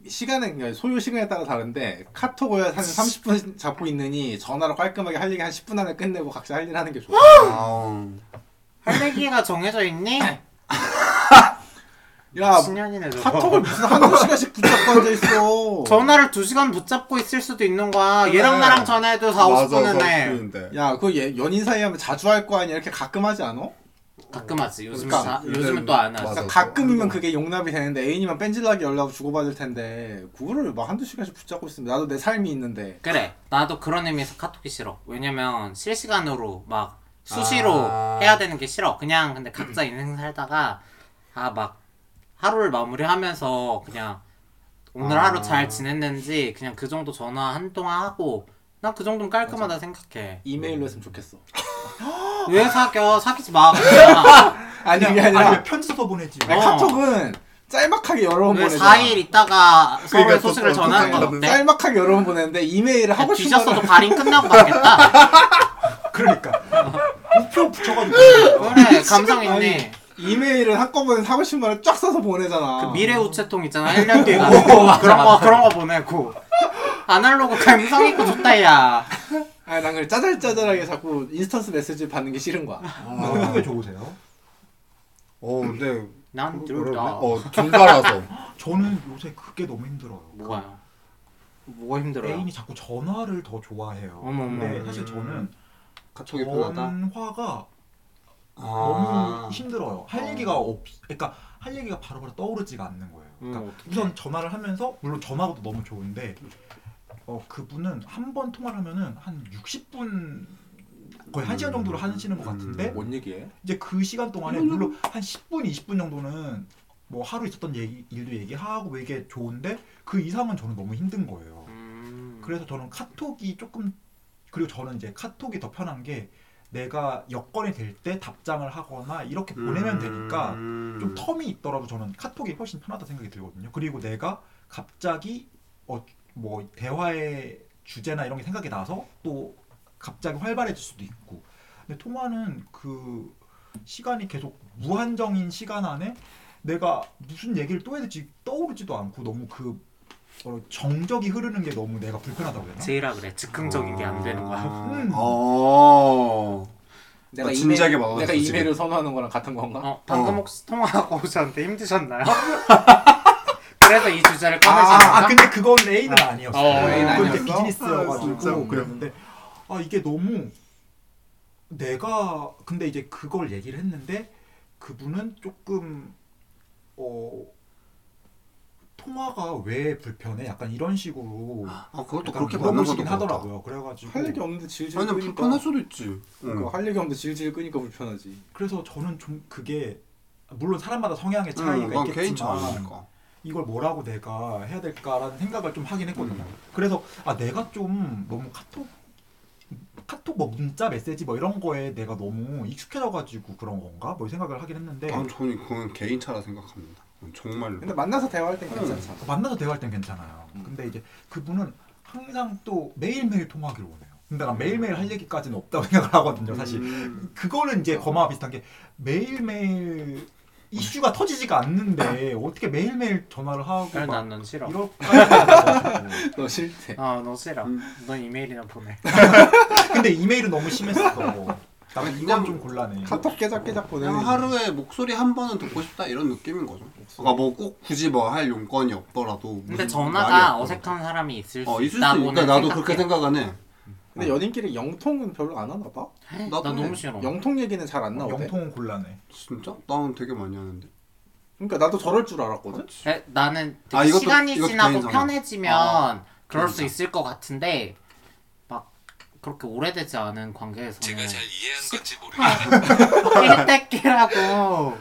S2: 시간은 그냥 소요 시간에 따라 다른데 카톡을 한 30분 잡고 있느니 전화로 깔끔하게 할 얘기 한 10분 안에 끝내고 각자 할 일 하는 게 좋아.
S1: 아.
S3: 할 얘기가 정해져 있니?
S2: 야
S3: 신년이네 저거.
S2: 아, 카톡을 무슨 한두 시간씩 붙잡고 앉아 있어.
S3: 전화를 두 시간 붙잡고 있을 수도 있는 거야. 얘랑 나랑 전화해도 4, 50분은 해.
S2: 야 그거 얘- 연인 사이 하면 자주 할 거 아니야 이렇게 가끔 하지 않아?
S3: 가끔 하지. 요즘
S2: 그러니까
S3: 자- 요즘은 또 안 하지.
S1: 맞아.
S2: 그러니까 가끔이면 그게 용납이 되는데 애인이면 뺀질나게 연락 주고받을 텐데 그거를 막 한두 시간씩 붙잡고 있으면 나도 내 삶이 있는데
S3: 그래. 나도 그런 의미에서 카톡이 싫어. 왜냐면 실시간으로 막 수시로
S1: 아.
S3: 해야 되는 게 싫어. 그냥 근데 각자 인생 살다가 아 막 하루를 마무리하면서 그냥 오늘
S1: 아.
S3: 하루 잘 지냈는지 그냥 그 정도 전화 한동안 하고 난 그 정도면 깔끔하다 생각해.
S2: 이메일로 했으면 좋겠어.
S3: 왜 사겨? 사귀지 마. 그냥.
S2: 아니 그게
S4: 아니
S2: 아니라
S4: 왜 편지 써서 보내지?
S2: 아니,
S3: 어. 네,
S2: 카톡은 짤막하게 여러 번
S3: 우리
S2: 보내잖아.
S3: 4일 있다가 서로의
S1: 그러니까 또-
S3: 소식을
S1: 또-
S3: 전하는 건
S1: 또-
S3: 어때?
S2: 아, 짤막하게 여러 번 보냈는데 이메일을
S3: 야,
S2: 하고 싶은
S3: 아, 뒤졌어도
S2: 거를
S3: 발인 끝나고 가겠다.
S4: 그러니까 우표 붙여가지고
S3: 그래 감성 있네.
S2: 이메일을 한꺼번에 하고 싶은 거를 쫙 써서 보내잖아.
S3: 그 미래 우체통 있잖아 1년 뒤에 가는 거 그런 거 그런 거 보내고 아날로그 감성 있고 좋다 야.
S2: 아니 난 그래 짜잘짜잘하게 자꾸 인스턴스 메시지 받는 게 싫은 거야.
S1: 아.
S4: 어떤 게 좋으세요?
S1: 어 근데
S3: 난 둘
S1: 어렵네.
S3: 다.
S1: 어 둘다라서
S4: 저는 요새 그게 너무 힘들어요.
S3: 뭐가요? 뭐가 힘들어요? 음.
S4: 애인이 자꾸 전화를 더 좋아해요.
S3: 어머, 어머.
S4: 근데 사실 저는
S1: 가촉이 편하다.
S4: 전화가
S1: 아.
S4: 음. 너무 힘들어요. 할
S1: 어.
S4: 얘기가 없, 그러니까 할 얘기가 바로바로 떠오르지가 않는 거예요. 그러니까
S3: 음, 어떡해.
S4: 우선 전화를 하면서 물론 전화도 너무 좋은데 어, 그분은 한 번 통화를 하면은 한 60분 거의 한 시간 정도를 하시는 것 같은데
S2: 뭔 얘기해?
S4: 이제 그 시간 동안에 물론 한 10분, 20분 정도는 뭐 하루 있었던 얘기, 일도 얘기하고 뭐 이게 좋은데 그 이상은 저는 너무 힘든 거예요.
S3: 음.
S4: 그래서 저는 카톡이 조금 그리고 저는 이제 카톡이 더 편한 게 내가 여건이 될 때 답장을 하거나 이렇게
S1: 음.
S4: 보내면 되니까 좀 텀이 있더라도 저는 카톡이 훨씬 편하다 생각이 들거든요. 그리고 내가 갑자기 어 뭐 대화의 주제나 이런 게 생각이 나서 또 갑자기 활발해질 수도 있고. 근데 통화는 그 시간이 계속 무한정인 시간 안에 내가 무슨 얘기를 또 해야 될지 떠오르지도 않고 너무 그 어, 정적이 흐르는 게 너무 내가 불편하다고 해야 되나?
S3: 제이라 그래 즉흥적인 게 안 되는
S1: 아.
S3: 거야.
S4: 음.
S1: 어.
S2: 내가
S1: 나
S2: 이메일-
S1: 진지하게 막아줬어,
S2: 내가
S1: 지금.
S2: 이메일을 선호하는 거랑 같은 건가?
S3: 어 방금
S1: 어.
S3: 혹시 통화하고 오셨는데 힘드셨나요? 그래서 이 주제를 꺼내지
S4: 아, 아
S3: 않을까?
S4: 근데 그건 레인은 아니었어.
S3: 어,
S2: 레인
S4: 그건 이제
S2: 아니었어?
S1: 아, 진짜
S4: 비즈니스여가지고
S1: 웃겨.
S4: 그랬는데 아 이게 너무 내가 근데 이제 그걸 얘기를 했는데 그분은 조금 어 통화가 왜 불편해? 약간 이런 식으로
S1: 아 그것도
S4: 약간
S1: 그렇게 받는 것도
S4: 물어보시긴
S1: 하더라고.
S4: 하더라고요. 그래가지고
S2: 할 얘기 없는데 질질
S1: 아니
S2: 끄니까
S1: 불편할 수도 있지. 음.
S2: 그러니까
S1: 응.
S2: 할 얘기 없는데 질질 끄니까 불편하지.
S4: 그래서 저는 좀 그게 물론 사람마다 성향의
S1: 응,
S4: 차이가
S1: 난 음, 개인
S4: 있겠지만
S1: 차이니까.
S4: 이걸 뭐라고 내가 해야 될까라는 생각을 좀 하긴 했거든요. 그래서 아 내가 좀 너무 카톡 카톡 뭐 문자 메시지 뭐 이런 거에 내가 너무 익숙해져가지고 그런 건가 뭐 이 생각을 하긴 했는데
S1: 난 저는 그건 개인 차라 생각합니다. 그건 정말로.
S2: 근데 만나서 대화할 땐 괜찮잖아.
S4: 만나서 대화할 땐 괜찮아요.
S2: 음.
S4: 근데 이제 그분은 항상 또 매일매일 통화하기로 원해요. 근데 난 매일매일 할 얘기까지는 없다고 생각을 하거든요. 사실
S1: 음.
S4: 그거는 이제 거마와 비슷한 게 매일매일 이슈가 터지지가 않는데 어떻게 매일매일 전화를 하고
S3: 그래
S4: 막
S3: 난넌 싫어.
S4: 이럴까
S2: 너 싫대.
S3: 아너 싫어.
S1: 음.
S3: 넌 이메일이나 보내.
S4: 근데 이메일은 너무 심했어. 나 이건 좀 곤란해.
S2: 카톡 깨작깨작 보내는.
S1: 그냥 하루에 목소리 한 번은 듣고 싶다 이런 느낌인 거죠. 그러니까 뭐 꼭 굳이 뭐 할 용건이 없더라도.
S3: 근데
S1: 무슨
S3: 전화가
S1: 말이
S3: 어색한 사람이 있을
S1: 없더라도. 음, 어
S3: 수
S1: 있을 수
S3: 있다고는
S1: 있다. 나도 그렇게
S3: 생각해.
S1: 생각은 해.
S2: 근데 연인끼리 영통은 별로 안 하나 봐.
S3: 나
S1: 나도
S3: 너무
S1: 해.
S3: 싫어.
S2: 영통 얘기는 잘 안 나오대.
S4: 영통은 곤란해.
S1: 진짜? 나는 되게 많이 하는데.
S2: 그러니까 나도 저럴 줄 알았거든.
S3: 에, 나는 되게
S1: 아, 이것도-
S3: 시간이
S1: 이것도
S3: 지나고
S1: 개인상황.
S3: 편해지면
S1: 아,
S3: 그럴 수
S1: 개인상.
S3: 있을 것 같은데 막 그렇게 오래되지 않은 관계에서는 아,
S5: 제가 잘 이해한 건지 모르겠는데
S3: 낄때끼라고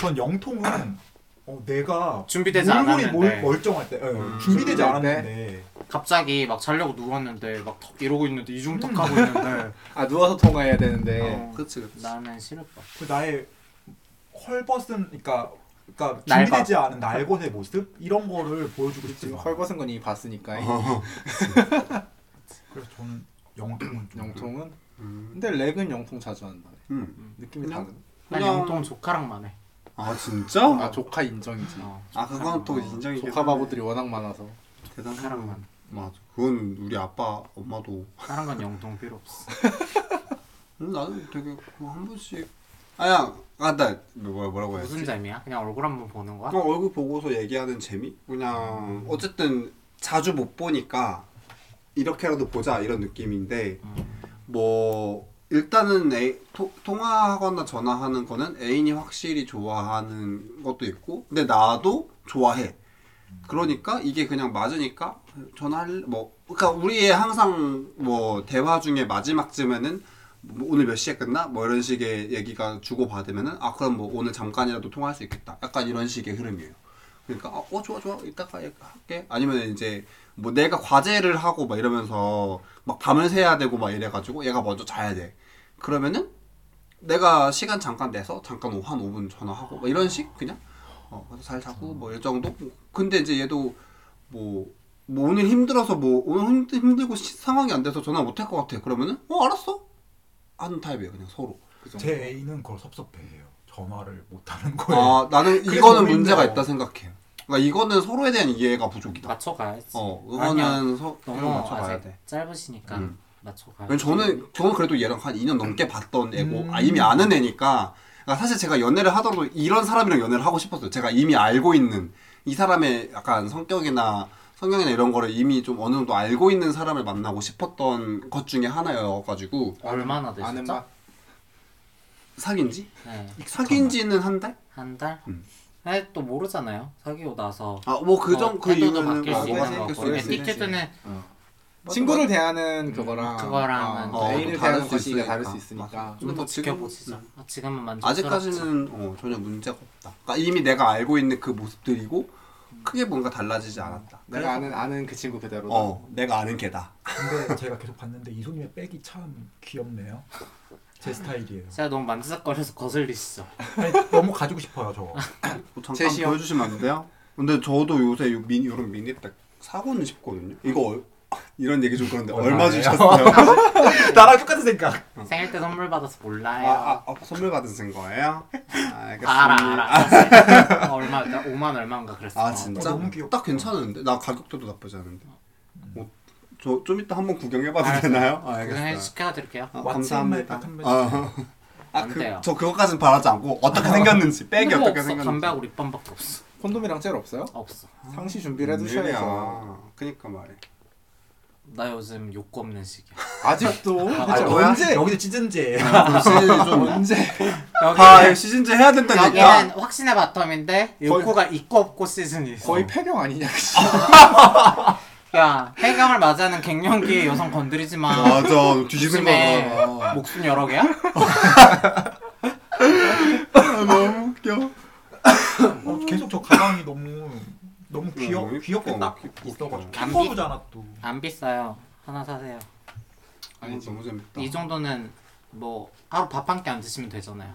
S4: 전 영통은 어, 내가
S3: 준비되지
S4: 몰골이 몰-
S3: 않았는데.
S4: 멀쩡할 때, 예,
S1: 음,
S4: 준비되지
S2: 준비될 때.
S4: 않았는데
S3: 갑자기 막 자려고 누웠는데 막턱 이러고 있는데 이중턱 하고 있는데
S2: 아 누워서 통화해야
S1: 네.
S2: 되는데.
S3: 어,
S1: 그치 그치.
S3: 나는 싫을 것 같아.
S4: 그 나의 헐벗은, 그러니까, 그러니까
S3: 날것.
S4: 준비되지 않은 날것의 모습 이런 거를 보여주고 싶지
S2: 지금
S4: 않아.
S2: 헐벗은 건 이미 봤으니까.
S1: 어.
S4: 그래서 저는 영통은 좀
S2: 영통은.
S1: 음.
S2: 근데 렉은 영통 자주 한다.
S1: 음.
S2: 느낌이
S1: 그냥?
S2: 다른.
S3: 난
S1: 그냥-
S3: 영통 조카랑만 해.
S1: 아 진짜?
S2: 아 조카 인정이지.
S3: 어,
S1: 아 그건 또
S3: 조카랑만.
S1: 인정이
S2: 조카 바보들이 워낙 많아서.
S1: 대단한
S3: 사랑만.
S1: 맞아. 그건 우리 아빠 엄마도
S3: 다른 건 영통 필요 없어.
S1: 음, 나는 되게 그거 한 번씩 아야 아나 뭐야 뭐라고 해야
S3: 무슨
S1: 되지?
S3: 재미야? 그냥 얼굴 한 번 보는 거야? 음.
S1: 그냥 얼굴 보고서 얘기하는 재미? 그냥 어쨌든 자주 못 보니까 이렇게라도 보자 이런 느낌인데
S3: 음.
S1: 뭐 일단은 애, 토, 통화하거나 전화하는 거는 애인이 확실히 좋아하는 것도 있고 근데 나도 좋아해 그러니까 이게 그냥 맞으니까 전화할 뭐 그러니까 우리의 항상 뭐 대화 중에 마지막쯤에는 뭐 오늘 몇 시에 끝나 뭐 이런 식의 얘기가 주고 받으면은 아 그럼 뭐 오늘 잠깐이라도 통화할 수 있겠다 약간 이런 식의 흐름이에요 그러니까 어, 어 좋아 좋아 이따가 할게 아니면 이제 뭐 내가 과제를 하고 막 이러면서 막 밤을 새야 되고 막 이래가지고 얘가 먼저 자야 돼 그러면은 내가 시간 잠깐 내서 잠깐 오- 한 5분 전화하고 막 이런 식 그냥 어, 그래서 잘 자고 뭐 이 정도. 근데 이제 얘도 뭐, 뭐 오늘 힘들어서 뭐 오늘 힘- 힘들고 시- 상황이 안 돼서 전화 못 할 것 같아. 그러면은 어 알았어. 하는 타입이에요 그냥 서로.
S2: 그 정도.
S4: 제 애인은 그걸 섭섭해해요. 전화를 못 하는 거예요.
S1: 아 나는
S4: 그게
S1: 이거는
S4: 너무
S1: 문제가
S4: 힘들어.
S1: 있다 생각해. 그러니까 이거는 서로에 대한 이해가 부족이다.
S3: 맞춰가야지.
S1: 어,
S3: 아니야. 어,
S1: 이거는 서 이거
S3: 너무
S1: 맞춰가야
S3: 아직
S1: 돼.
S3: 짧으시니까
S1: 음.
S3: 맞춰가.
S1: 왜냐면 저는 저는 그래도 얘랑 한 2년 넘게 봤던 애고
S4: 음.
S1: 아, 이미 아는 애니까 그러니까 사실 제가 연애를 하더라도 이런 사람이랑 연애를 하고 싶었어요. 제가 이미 알고 있는 이 사람의 약간 성격이나 성향이나 이런 거를 이미 좀 어느 정도 알고 있는 사람을 만나고 싶었던 것 중에 하나여가지고
S3: 얼마나
S2: 아는
S3: 되셨죠?
S2: 맛
S1: 사귄 지?
S3: 네,
S1: 사귄 지는 한 달?
S3: 한 달.
S1: 음.
S3: 아니 또 모르잖아요. 사귀고 나서
S1: 아 뭐 그 정 그
S3: 어, 태도도
S1: 이유는
S3: 바뀔 수
S1: 뭐가
S3: 있는
S1: 생길
S3: 거고 네,
S1: 수 있지.
S3: 에티튜드는
S1: 어.
S2: 친구를 대하는 그거랑
S3: 그거랑은
S2: 어,
S1: 또
S2: 애인을
S1: 음. 다를
S2: 대하는
S1: 수
S2: 것이가 다를
S1: 있으니까.
S2: 수 있으니까
S1: 맞아.
S3: 좀 더
S1: 뭐 지금-
S3: 지켜보시죠.
S1: 음.
S3: 아, 지금은 만족스럽죠.
S1: 아직까지는 어, 전혀 문제가 없다. 그러니까 이미 내가 알고 있는 그 모습들이고 크게 뭔가 달라지지 않았다.
S2: 내가 아는 아는 그 친구 그대로
S1: 어 내가 아는 걔다.
S4: 근데 제가 계속 봤는데 이소님의 백이 참 귀엽네요. 제 스타일이에요.
S3: 제가 너무 만지작거려서 거슬리시죠.
S4: 아니, 너무 가지고 싶어요 저거.
S1: 어, 잠깐
S2: 제시요.
S1: 보여주시면 안 돼요? 근데 저도 요새 요 미니 이런 미니백 사고는 싶거든요. 이거 얼, 이런 얘기 좀 그런데 얼마
S4: 얼마예요?
S1: 주셨어요?
S4: 나랑 똑같은 생각.
S3: 생일 때 선물 받아서 몰라요.
S1: 음. 아, 아, 아, 선물 받으신 거예요? 아, 알겠습니다.
S3: 알아 알아. 아, 얼마 5만 얼마인가 그랬어.
S1: 아 진짜?
S4: 어, 너무 귀엽다.
S1: 딱 괜찮은데 나 가격대도 나쁘지 않은데. 뭐, 저좀 이따 한번 구경해봐도
S3: 알았어요.
S1: 되나요? 아,
S3: 그냥
S1: 알겠어요.
S3: 시켜드릴게요.
S1: 아,
S4: 왓츠앤마이
S1: 감사합니다.
S4: 딱
S1: 아, 아,
S3: 안
S1: 그,
S3: 돼요.
S1: 저 그거까진 바라지 않고 어떻게 생겼는지 백이
S3: 뭐
S1: 어떻게
S3: 없어.
S1: 생겼는지.
S3: 담배하고 립밤밖에 없어.
S2: 콘돔이랑 젤 없어요?
S3: 없어.
S2: 상시 준비를
S1: 음,
S2: 해두셔야 해서
S1: 웬일이야. 그니까 말이야.
S3: 나 요즘 욕구 없는 시기야.
S2: 아직도 대체
S1: 뭐야?
S2: 언제
S4: 여기도 찢은지.
S3: 아,
S1: 시즌이 좀.
S2: 언제 예.
S1: 아,
S3: 여기는,
S1: 시즌제 해야 된다니까.
S3: 여기는 확신의 바텀인데 욕구가 있고 없고 시즌이 있어.
S2: 거의 폐경 아니냐 그치?
S3: 야 해경을 그러니까 맞이하는 갱년기의 여성 건드리지 마.
S1: 맞아 뒤집은
S3: 요즘에
S1: 거다
S3: 목숨 여러 개야?
S1: 아, 너무 웃겨
S4: 어, 계속 저 가방이 너무 너무 귀여
S1: 너무
S4: 귀엽게
S1: 예뻐.
S4: 딱
S1: 예뻐.
S4: 있어가지고
S3: 감기?
S4: 캠퍼부잖아 또.
S3: 안 비싸요. 하나 사세요.
S1: 아니 너무 재밌다
S3: 이 정도는 뭐 하루 밥 한 끼 안 드시면 되잖아요.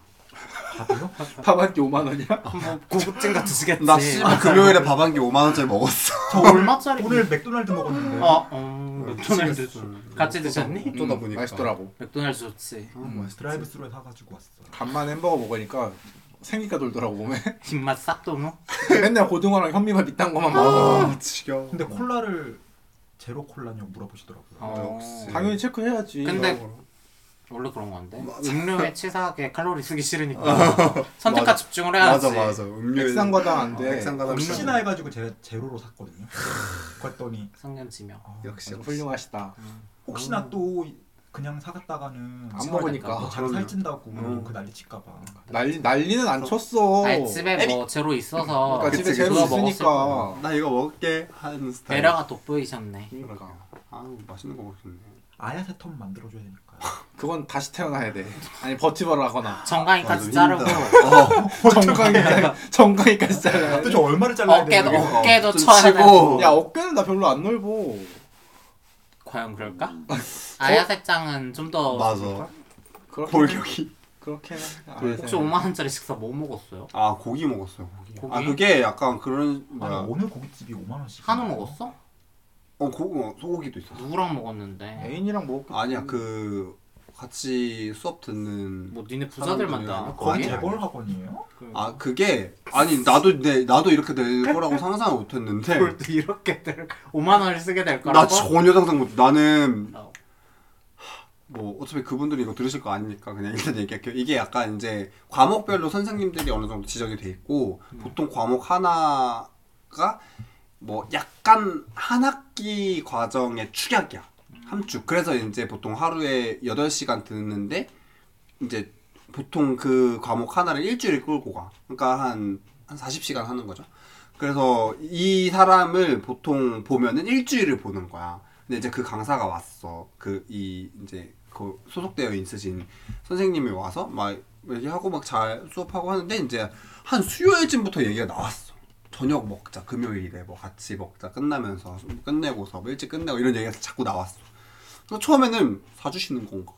S4: 밥이요?
S2: 밥한끼 5만 원이야?
S3: 뭐 고급진가 드시겠지.
S1: 나 씨발 금요일에 밥 한 개 5만 원짜리 먹었어
S3: 저 얼마짜리?
S4: 오늘 맥도날드 먹었는데.
S3: 어, 어 맥도날드 같이 드셨니?
S1: 어쩌다 보니까
S2: 음,
S1: 음,
S2: 맛있더라고 음.
S3: 맥도날드 좋지.
S2: 어.
S4: 드라이브 스루에 사가지고 왔어.
S2: 간만에 햄버거 먹으니까 생기가 돌더라고 몸에
S3: 입맛 싹 어. 도무.
S2: 맨날 고등어랑 현미밥 이딴 것만 먹어
S1: 아 지겨워
S4: 근데 콜라를 제로 콜라냐고 물어보시더라고요.
S3: 어,
S1: 역시.
S2: 당연히 체크해야지
S3: 근데 원래 그런 건데 음료에 치사하게 칼로리 쓰기 싫으니까 선택과
S1: 맞아.
S3: 집중을 해야지.
S1: 맞아 맞아 음료일
S2: 어, 액상과당 네. 안돼 아,
S1: 액상과당
S4: 혹시나 해가지고 제가 제로로 샀거든요. 그랬더니
S3: 성년지명.
S4: 어,
S1: 역시 훌륭
S2: 훌륭하시다
S1: 어.
S4: 혹시나 또 그냥 사갔다가는
S2: 안 먹으니까
S4: 잘 살찐다고
S1: 음.
S4: 그 난리 칠까봐.
S2: 난리, 난리는 안 쳤어
S3: 아니 집에 뭐 제로 있어서
S2: 그러니까 집에
S1: 그치,
S2: 재료
S3: 그거 먹었을 거야.
S2: 있으니까
S1: 어, 나 이거 먹을게 하는 스타일
S3: 배려가 돋보이셨네.
S2: 그러니까
S1: 아우 맛있는 거 먹겠네
S4: 아야세텀 만들어줘야 되니까.
S2: 그건 다시 태어나야 돼 아니 버티버를 하거나
S3: 정강이까지
S1: 아,
S3: 자르고
S1: 너무
S2: 정강이 정강이까지 잘라
S4: 또저 얼마를 잘라야
S3: 어깨도
S4: 되는
S3: 어. 어깨도
S1: 좀
S3: 쳐야
S1: 치고.
S3: 되고.
S2: 야 어깨는 나 별로 안 넓어
S3: 과연 그럴까? 아야색장은 좀 더
S1: 어, 맞아
S2: 그렇게
S1: 골격이
S2: 그렇게 아,
S3: 혹시 5만 원짜리 식사 뭐 먹었어요?
S1: 아 고기 먹었어요 고기
S3: 고기?
S1: 아 그게 약간 그런
S4: 아니
S1: 뭐야
S4: 어느 고깃집이 5만 원씩.
S3: 한우 먹었어?
S1: 어 고기 어, 소고기도 있어
S3: 누구랑 먹었는데?
S2: 애인이랑 뭐
S1: 아니야 그 같이 수업 듣는
S3: 뭐 니네 부자들
S1: 사람들이랑
S3: 만나?
S4: 거기
S1: 거기?
S3: 거기?
S4: 재벌 학원이에요?
S1: 아 그게 아니 나도 내 나도 이렇게 될 거라고 상상을 못했는데
S3: 그걸 또 이렇게 될 5만 원을 쓰게 될
S1: 나
S3: 거라고?
S1: 전혀 상상 못. 나는
S3: 어.
S1: 뭐 어차피 그분들이 이거 들으실 거 아니니까 그냥 일단 얘기할게요. 이게 약간 이제 과목별로 선생님들이 어느 정도 지정이 돼 있고
S3: 음.
S1: 보통 과목 하나가 뭐 약간 한 학기 과정의 축약이야.
S3: 음.
S1: 함축. 그래서 이제 보통 하루에 8시간 듣는데 이제 보통 그 과목 하나를 일주일 끌고 가. 그러니까 한, 한 40시간 하는 거죠. 그래서 이 사람을 보통 보면은 일주일을 보는 거야. 근데 이제 그 강사가 왔어. 그 이 이제 그 소속되어 있으신 선생님이 와서 막 얘기하고 막 잘 수업하고 하는데 이제 한 수요일쯤부터 얘기가 나왔어. 저녁 먹자. 금요일에 뭐 같이 먹자. 끝나면서 끝내고서 뭐 일찍 끝내고 이런 얘기가 자꾸 나왔어. 그래서 처음에는 사주시는 건가?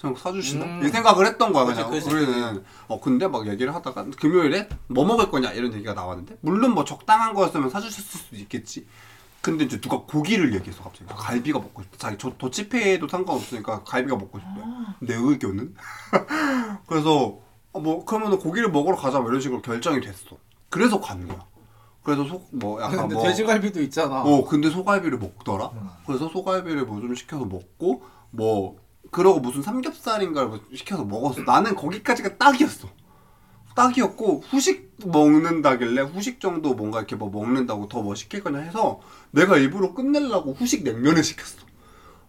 S1: 그냥 사주시나?
S2: 음.
S1: 이 생각을 했던 거야
S2: 그치,
S1: 그냥
S2: 그치.
S1: 우리는 어 근데 막 얘기를 하다가 금요일에 뭐 먹을 거냐 이런 얘기가 나왔는데 물론 뭐 적당한 거였으면 사주셨을 수도 있겠지 근데 이제 누가 고기를 얘기했어 갑자기 갈비가 먹고 싶다 자기 저 도치페이도 상관없으니까 갈비가 먹고 싶대 내 의견은? 그래서 어, 뭐 그러면 고기를 먹으러 가자 뭐 이런 식으로 결정이 됐어 그래서 간 거야 그래서 속뭐 약간
S2: 근데
S1: 뭐
S2: 돼지갈비도 있잖아.
S1: 어, 근데 소갈비를 먹더라.
S2: 음.
S1: 그래서 소갈비를 뭐 좀 시켜서 먹고 뭐 그러고 무슨 삼겹살인가를 뭐 시켜서 먹었어. 나는 거기까지가 딱이었어. 딱이었고 후식 먹는다길래 후식 정도 뭔가 이렇게 뭐 먹는다고 더 뭐 시킬 거냐 해서 내가 일부러 끝내려고 후식 냉면을 시켰어.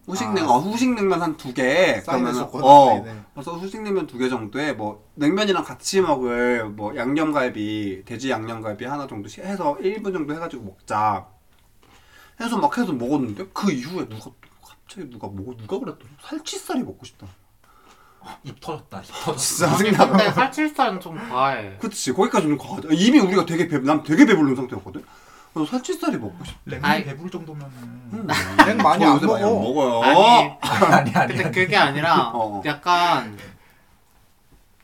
S1: 후식
S2: 아.
S1: 냉, 아, 후식 냉면 한 두 개.
S2: 사인을
S1: 그러면은-
S2: 줬거든,
S1: 어,
S2: 사인을.
S1: 그래서 후식 냉면 두 개 정도에 뭐 냉면이랑 같이 먹을 뭐 양념갈비, 돼지 양념갈비 하나 정도 시- 해서 1분 정도 해가지고 먹자. 해서 막 해서 먹었는데 그 이후에 누가 갑자기 누가 뭐 누가 그랬더라 살치살이 먹고 싶다.
S4: 입 터졌다. 입 터졌다.
S1: 진짜 짜증나.
S3: 근데 그 살칠살은 좀 과해.
S1: 그치 거기까지 좀 과하다. 이미 우리가 되게 배, 난 되게 배부른 상태였거든. 그래서 살치살이 먹고 싶다.
S4: 랭이
S3: 아이.
S4: 배부를 정도면은
S1: 음.
S2: 랭 많이
S1: 저
S2: 안
S1: 요새 많이 안
S2: 먹어.
S1: 먹어요.
S3: 아니
S4: 아니 아니
S3: 근데
S4: 아니.
S3: 그게 아니라
S1: 어.
S3: 약간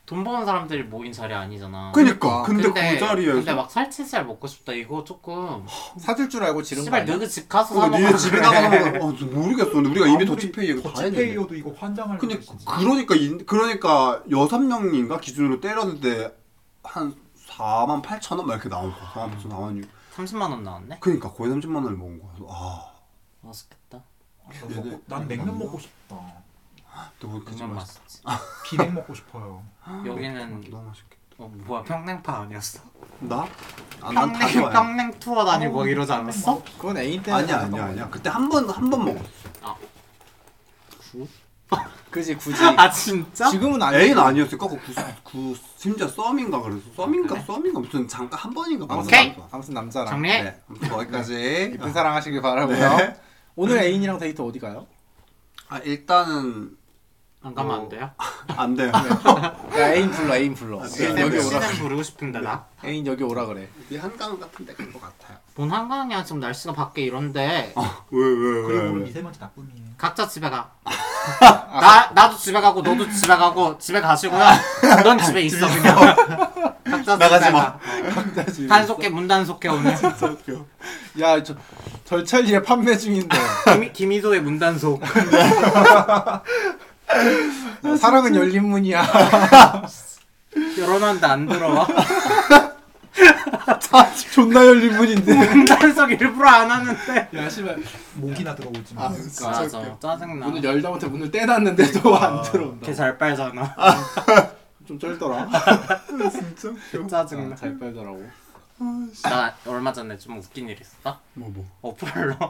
S3: 돈 버는 사람들이 모인 자리 아니잖아.
S1: 그니까 근데, 그 자리에서 아,
S3: 근데 막 살치살 먹고 싶다 이거 조금
S2: 사줄 줄 알고 지른 거
S3: 씨발
S2: 아니야?
S3: 너희 집 가서 사
S1: 어,
S3: 먹어.
S1: 니네 집에 나가서 먹어. 어, 저 모르겠어. 근데 우리가 이미 도치페이 얘기 다 했는데.
S4: 도치페이어도 이거 환장할
S1: 근데
S4: 때 진짜.
S1: 그러니까 인- 그러니까 여섯 명인가 기준으로 때렸는데 한 4만 8천 원막 이렇게 나온 거야. 4만 8천 나온 거.
S3: 30만 원 나왔네.
S1: 그러니까 거의 30만 원을 먹은 거야. 그래서 아,
S3: 맛있겠다.
S4: 아, 나 먹고- 난 냉면 먹고 싶다.
S1: 너무 그지
S3: 그만
S1: 맛있.
S3: 맛있지.
S4: 비냉 먹고 싶어요.
S1: 아,
S3: 여기는
S1: 너무 맛있게.
S3: 어, 뭐야 평냉파 아니었어?
S1: 나? 아, 난 다시
S3: 평냉
S1: 와요.
S3: 평냉 투어 다니고 막 이러지 않았어?
S2: 그건 애인 때문에.
S1: 아니야
S2: 그런
S1: 아니야
S2: 거야.
S1: 아니야. 그때 한 번 한 번 먹었어.
S2: 그지 굳이.
S3: 아 진짜?
S2: 지금은 아니야.
S1: 애인 아니었을까? 그, 구, 구 심지어 썸인가 그래서 썸인가 썸인가 무슨 잠깐 한 번인가 먹었어.
S3: 오케이.
S2: 아무튼 남자랑
S3: 정리해.
S1: 네. 아무튼 거기까지.
S2: 예쁜 사랑 하시길 바라고요.
S1: 네.
S2: 오늘 애인이랑 데이트 어디 가요?
S1: 아 일단은
S3: 안 가면
S1: 어. 네,
S3: 안 돼요?
S1: 안 돼요.
S2: 야, 아, 애인 불러 애인 불러. 아, 애인 여기
S3: 시즌
S2: 오라.
S3: 부르고 싶은데 나.
S2: 애인 여기 오라 그래.
S1: 네. 이 한강 같은데 간것 같아요.
S3: 본 한강이야 지금 날씨가 밖에 이런데
S1: 왜왜
S4: 그리고 오늘 미세먼지 나쁨이에요.
S3: 각자 집에 가. 나 나도 집에 가고 너도 집에 가고 집에 가시고요. 넌 집에 있어 그냥. 각자
S1: 나가지
S3: 집에
S1: 마.
S3: 가.
S2: 지금.
S3: 단속해 문 단속해 오늘.
S2: 야, 저 절찬리에 판매 중인데
S3: 김, 김희도의 문 단속.
S2: 야, 사랑은 열린 문이야.
S3: 열어놨는데 안 들어와.
S2: 존나 열린 문인데.
S3: 문 단속 일부러 안 하는데.
S4: 아,
S2: 야, 씨발.
S4: 모기나 들어오지 마.
S1: 아,
S3: 맞아 짜증나.
S2: 그러니까. 문을 열다 못해 문을 떼놨는데도 안 들어온다.
S3: 걔잘 빨잖아.
S2: 좀 쩔더라. 아,
S1: 진짜?
S3: 짜증나.
S2: 잘 빨더라고.
S3: 나 얼마 전에 좀 웃긴 일 있었다.
S1: 뭐 뭐.
S3: 어플로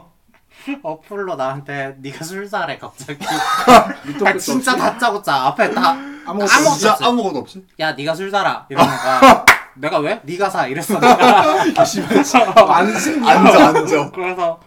S3: 어플로 나한테 네가 술사래 갑자기.
S2: 밑도
S3: 아
S2: 끝도
S3: 진짜
S2: 없이
S3: 다짜고짜 앞에 다
S2: 아무것도
S3: 아무것도
S2: 없이
S1: 진짜
S3: 없어.
S1: 아무것도 없이?
S3: 야 네가 술 사라 이러는 거야 내가 왜? 네가 사 이랬어 내가
S2: 안 신기해.
S1: 앉아 앉아.
S3: 그래서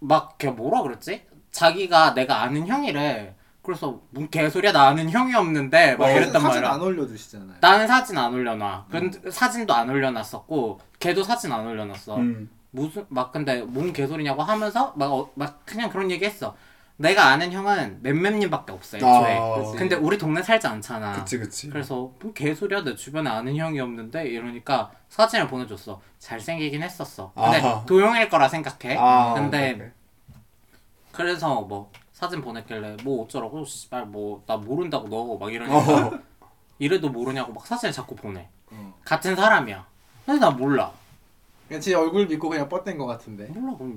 S3: 막걔 뭐라 그랬지? 자기가 내가 아는 형이래 그래서 뭔 개소리야 나 아는 형이 없는데 막 이랬단
S2: 어, 사진
S3: 말이야
S2: 안 올려주시잖아요. 음.
S3: 나는 사진 안 올려놔 근데 사진도 안 올려놨었고 걔도 사진 안 올려놨어
S2: 음.
S3: 무슨 막 근데 뭔 개소리냐고 하면서 막, 어, 막 그냥 그런 얘기 했어 내가 아는 형은 맴맴님밖에 없어 애초에
S1: 아,
S2: 그치.
S3: 근데 우리 동네 살지 않잖아
S1: 그치 그치.
S3: 그래서 뭐 개소리야 내 주변에 아는 형이 없는데 이러니까 사진을 보내줬어 잘생기긴 했었어 근데
S1: 아하.
S3: 도용일 거라 생각해
S1: 아,
S3: 네? 근데
S1: 오케이.
S3: 그래서 뭐 사진 보냈길래 뭐 어쩌라고 씨발 뭐 나 모른다고 너 막 이러니까 이래도 모르냐고 막 사진을 자꾸 보내
S2: 어.
S3: 같은 사람이야 근데 나 몰라
S2: 그냥 제 얼굴 믿고 그냥 뻗댄 것 같은데.
S3: 몰라 그럼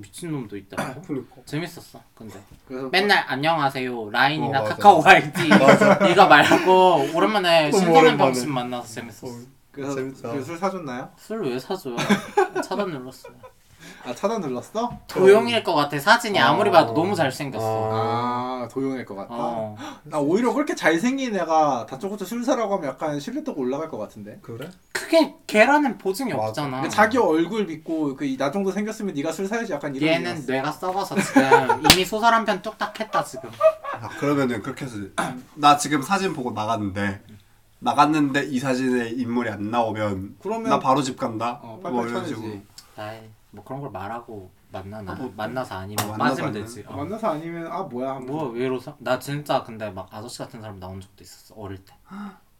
S3: 미친놈도 있다고
S1: 그러니까.
S3: 재밌었어 근데
S2: 그래서
S3: 맨날 안녕하세요 라인이나
S1: 어, 맞아.
S3: 카카오 아이디 이거 말고 오랜만에
S1: 너무
S3: 신선한
S1: 오랜만에.
S3: 병신 만나서 재밌었어
S2: 그래서
S1: 재밌다.
S2: 그술 사줬나요?
S3: 술 왜 사줘요? 차단 눌렀어.
S2: 아 차단 눌렀어?
S3: 도용일 것 같아. 사진이 아무리
S1: 어.
S3: 봐도 너무 잘생겼어.
S2: 아 도용일 것 같다.
S3: 어.
S2: 나 오히려 그렇게 잘생긴 애가 다짜고짜 술 사라고 하면 약간 신뢰도가 올라갈 것 같은데.
S1: 그래?
S3: 그게 걔라는 보증이
S1: 맞아.
S3: 없잖아.
S2: 근데 자기 얼굴 믿고 그 나 정도 생겼으면 네가 술 사야지 약간 이런.
S3: 얘는
S2: 얘기였어.
S3: 뇌가 썩어서 지금 이미 소설 한 편 뚝딱 했다 지금.
S1: 아, 그러면은 그렇게 해서 나 지금 사진 보고 나갔는데 나갔는데 이 사진에 인물이 안 나오면
S2: 그러면-
S1: 나 바로 집 간다.
S2: 어, 빨리
S1: 뭐 이런
S2: 쳐내지.
S1: 식으로.
S3: 나의 뭐 그런 걸 말하고 만나나
S1: 아, 뭐,
S3: 만나서 아니면
S1: 아, 만나서
S3: 빠지면
S1: 아니면?
S3: 되지. 어.
S2: 만나서 아니면 아 뭐야 하면서.
S3: 뭐 의외로 사- 나 진짜 근데 막 아저씨 같은 사람 나온 적도 있었어 어릴 때.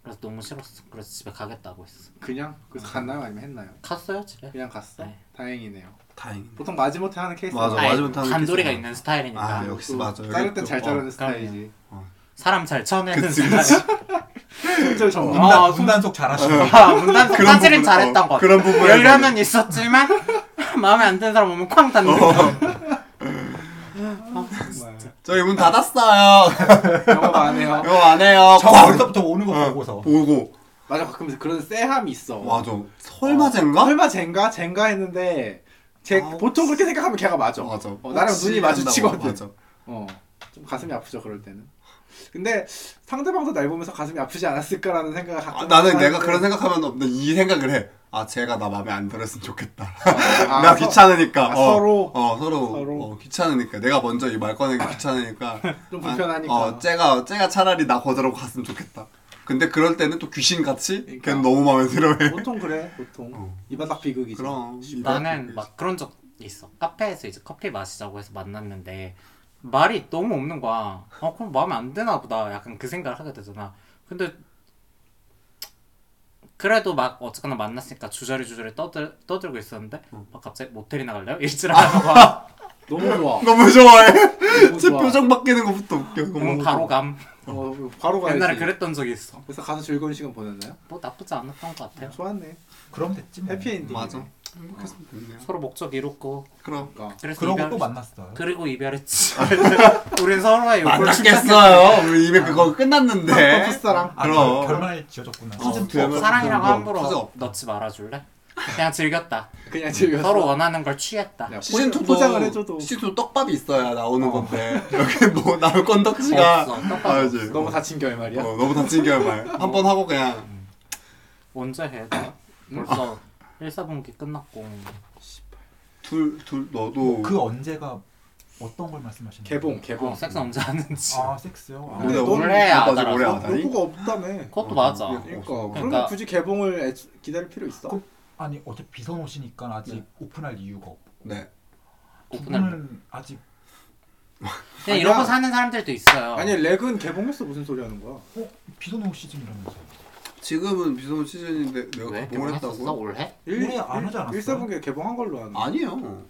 S3: 그래서 너무 싫었어. 그래서 집에 가겠다고 했어.
S2: 그냥 그래서 갔나요 아니면 했나요?
S3: 갔어요 집에.
S1: 예.
S2: 그냥 갔어.
S3: 네.
S2: 다행이네요.
S1: 다행이네.
S2: 보통 마지못해 하는 케이스.
S1: 맞아,
S3: 아예
S1: 마지막 타는
S3: 단도리가
S1: 케이스가.
S3: 있는 스타일이니까
S1: 아, 역시 맞아.
S2: 자를
S1: 여기 또-
S2: 땐잘
S1: 어,
S2: 자르는
S3: 그럼요.
S2: 스타일이지.
S3: 사람 잘 쳐내는
S1: 그치,
S3: 스타일.
S2: 아, 손절 전문.
S3: 어.
S4: 문단,
S3: 손-
S4: 문단속 잘하시고
S3: 아, 문단
S1: 그런
S3: 사실은
S1: 부분-
S3: 잘했던
S1: 어,
S3: 것 같아.
S1: 그런 부분에서는.
S3: 열려는 있었지만 마음에 안 드는 사람 오면 쾅 닫는 거.
S2: 정말.
S1: 저희 문 닫았어요.
S2: 영업 안 해요.
S1: 이거 안 해요.
S4: 저
S1: 꽉!
S4: 어디서부터 오는 거
S1: 어,
S4: 보고서
S1: 보고.
S2: 맞아 가끔 그런 쎄함이 있어.
S1: 맞아. 설마 젠가?
S2: 설마 젠가? 젠가 했는데 제
S1: 아,
S2: 보통 그렇게 생각하면 걔가 맞아.
S1: 맞아.
S2: 어, 나랑
S1: 혹시
S2: 눈이 마주치거든.
S1: 한다고, 맞아.
S2: 어. 좀 가슴이 아프죠 그럴 때는. 근데 상대방도 날 보면서 가슴이 아프지 않았을까라는 생각을
S1: 아,
S2: 가끔
S1: 나는
S2: 하는데
S1: 내가 그런 생각하면 없는 이 생각을 해. 아, 쟤가 나 마음에 안 들었으면 좋겠다.
S2: 아,
S1: 나
S2: 서-
S1: 귀찮으니까.
S2: 아,
S1: 어,
S2: 서로?
S1: 어, 서로.
S2: 서로.
S1: 어, 귀찮으니까. 내가 먼저 이 말 꺼내기 귀찮으니까.
S2: 좀
S1: 아,
S2: 불편하니까.
S1: 어, 쟤가, 쟤가 차라리 나 거절하고 갔으면 좋겠다. 근데 그럴 때는 또 귀신같이
S2: 그러니까.
S1: 걔는 너무 마음에 들어해.
S2: 보통 그래 보통
S1: 어.
S2: 이바닥 비극이지.
S1: 그럼.
S3: 나는 막 그런 적 있어. 카페에서 이제 커피 마시자고 해서 만났는데 말이 너무 없는 거야. 아 그럼 마음에 안 드나 보다. 약간 그 생각을 하게 되잖아. 근데 그래도 막 어쨌거나 만났으니까 주저리 주저리 떠들 떠들고 있었는데 막 갑자기 모텔이나 갈래요? 일지라는 거야.
S2: 너무 좋아.
S1: 너무 좋아해.
S2: 너무
S1: 제
S2: 좋아.
S1: 표정 바뀌는 것부터 웃겨.
S3: 그럼
S1: 너무
S3: 바로 감.
S2: 어, 바로 가야지.
S3: 옛날에 그랬던 적이 있어.
S2: 그래서 가서 즐거운 시간 보냈나요?
S3: 뭐 나쁘지 않았던 것 같아요.
S2: 좋았네.
S4: 그럼 됐지 뭐.
S2: 해피엔딩.
S1: 음, 맞아. 행복했으면 좋겠네요.
S3: 서로 목적 이뤘고
S1: 그럼.
S2: 그러니까.
S3: 그래서
S4: 그러고
S3: 이별
S4: 또 만났어요
S3: 그리고 이별했지.
S1: 아, 네.
S3: 우린 서로의 욕을
S1: 만났겠어요. 우리 이미 그거 끝났는데.
S2: 첫사랑.
S4: 아,
S1: 그럼.
S4: 결- 결말 지어졌구나
S1: 어.
S4: 시즌 2
S1: 결말-
S3: 사랑이라고
S1: 그런 거
S3: 함부로
S1: 수저 없다.
S3: 넣지 말아줄래? 그냥 즐겼다.
S2: 그냥 즐겨.
S3: 서로 원하는 걸 취했다.
S2: 야,
S1: 음, 시즌 2도
S2: 포장을 해줘도
S1: 시즌 2 떡밥이 있어야 나오는 건데 여기 뭐 나올 건덕지가
S3: 없어, 떡밥
S1: 아, 이제.
S2: 너무 다친 결말이야.
S1: 어, 너무 다친 결말 한 번 하고 그냥
S3: 언제 해? 나
S1: 어.
S3: 벌써 1사분기 끝났고
S1: 둘 둘
S2: 뭐
S1: 너도
S4: 그 언제가 어떤 걸 말씀하시는 거예요?
S2: 개봉 개봉.
S3: 어, 섹스 언제 하는지.
S1: 어.
S4: 아 섹스요? 아,
S2: 근데
S1: 올해
S2: 너는
S3: 올해야
S1: 아직
S3: 알아서.
S1: 올해
S2: 여-
S1: 아다니
S2: 여부가 없다며.
S3: 그것도 맞아.
S2: 그러니까
S1: 없어.
S2: 그러면
S3: 그러니까-
S2: 굳이 개봉을 애- 기다릴 필요 있어?
S4: 그- 아니 어차피 비선 오시니까 아직 오픈할 이유가 없고
S1: 네
S4: 두
S3: 오픈할
S4: 분은 아직
S3: 그냥
S2: 아니야.
S3: 이러고 사는 사람들도 있어요.
S2: 아니 레그는 개봉했어 무슨 소리 하는 거야?
S4: 어? 비선 오 시즌이라면서
S1: 지금은 비선 시즌인데 내가
S3: 왜?
S1: 개봉을
S3: 결혼했었어
S1: 했다고
S3: 올해?
S4: 올해 안 하지 않았어요?
S2: 1사분기에 개봉한 걸로 아는데.
S1: 아니요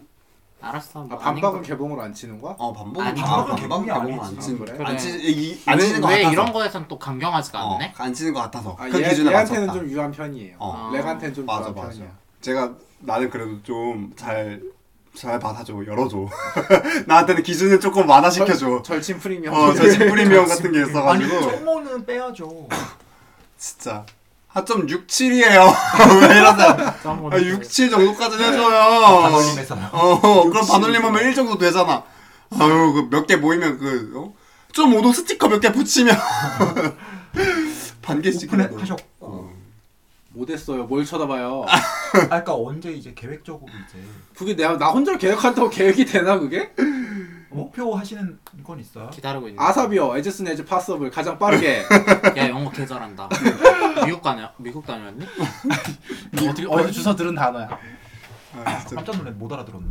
S3: 알았어.
S2: 아,
S3: 뭐
S2: 반박은
S3: 아닌 거-
S2: 개봉을 안 치는 거야?
S1: 어 반복은
S3: 아니,
S1: 반박은
S4: 반박은
S1: 개봉이 아니지
S4: 아니지.
S1: 안
S2: 그래?
S1: 치는 안 치는 이- 안 치는 것
S3: 왜, 왜
S1: 같아서
S3: 이런 거에선 또 강경하지가
S1: 어,
S3: 않네?
S1: 안 치는 것 같아서
S2: 아,
S1: 그
S2: 얘,
S1: 기준에
S2: 얘한테는
S1: 맞췄다
S2: 좀 유한 편이에요.
S1: 어.
S2: 레그한테는 좀
S1: 맞아
S2: 유한
S1: 맞아
S2: 편이야.
S1: 제가 나는 그래도 좀 잘 잘 받아줘 열어줘 나한테는 기준을 조금 완화시켜줘
S2: 절친 프리미엄.
S1: 어, 저 지금 프리미엄 같은 게
S4: 아니
S1: 있어가지고
S4: 정모는 빼야죠
S1: 진짜 한 6.7이에요. 왜 이러세요?
S3: 아,
S1: 6.7 정도까지는 해줘요.
S4: 아. 반올림에서
S1: 어, 그럼 반올림하면 1 정도 되잖아. 아유, 그 몇 개 모이면 그 어? 1.5도 스티커 몇 개 붙이면 반 개씩
S4: 오픈을
S1: 해도.
S4: 하셨고
S1: 어.
S2: 못했어요. 뭘 쳐다봐요.
S4: 아 그러니까 언제 이제 계획적으로 이제
S2: 그게 내가 나 혼자 계획한다고 계획이 되나 그게?
S4: 목표 하시는 건 있어요?
S3: 기다리고 있는.
S2: 아사비어, 에즈슨 에즈 파서블 가장 빠르게.
S3: 야 영어 개잘한다. 미국 가냐? 미국 다녀왔니?
S2: 어떻게 어디 주워 들은 단어야?
S1: 아, 진짜
S4: 깜짝 놀래 못 알아들었네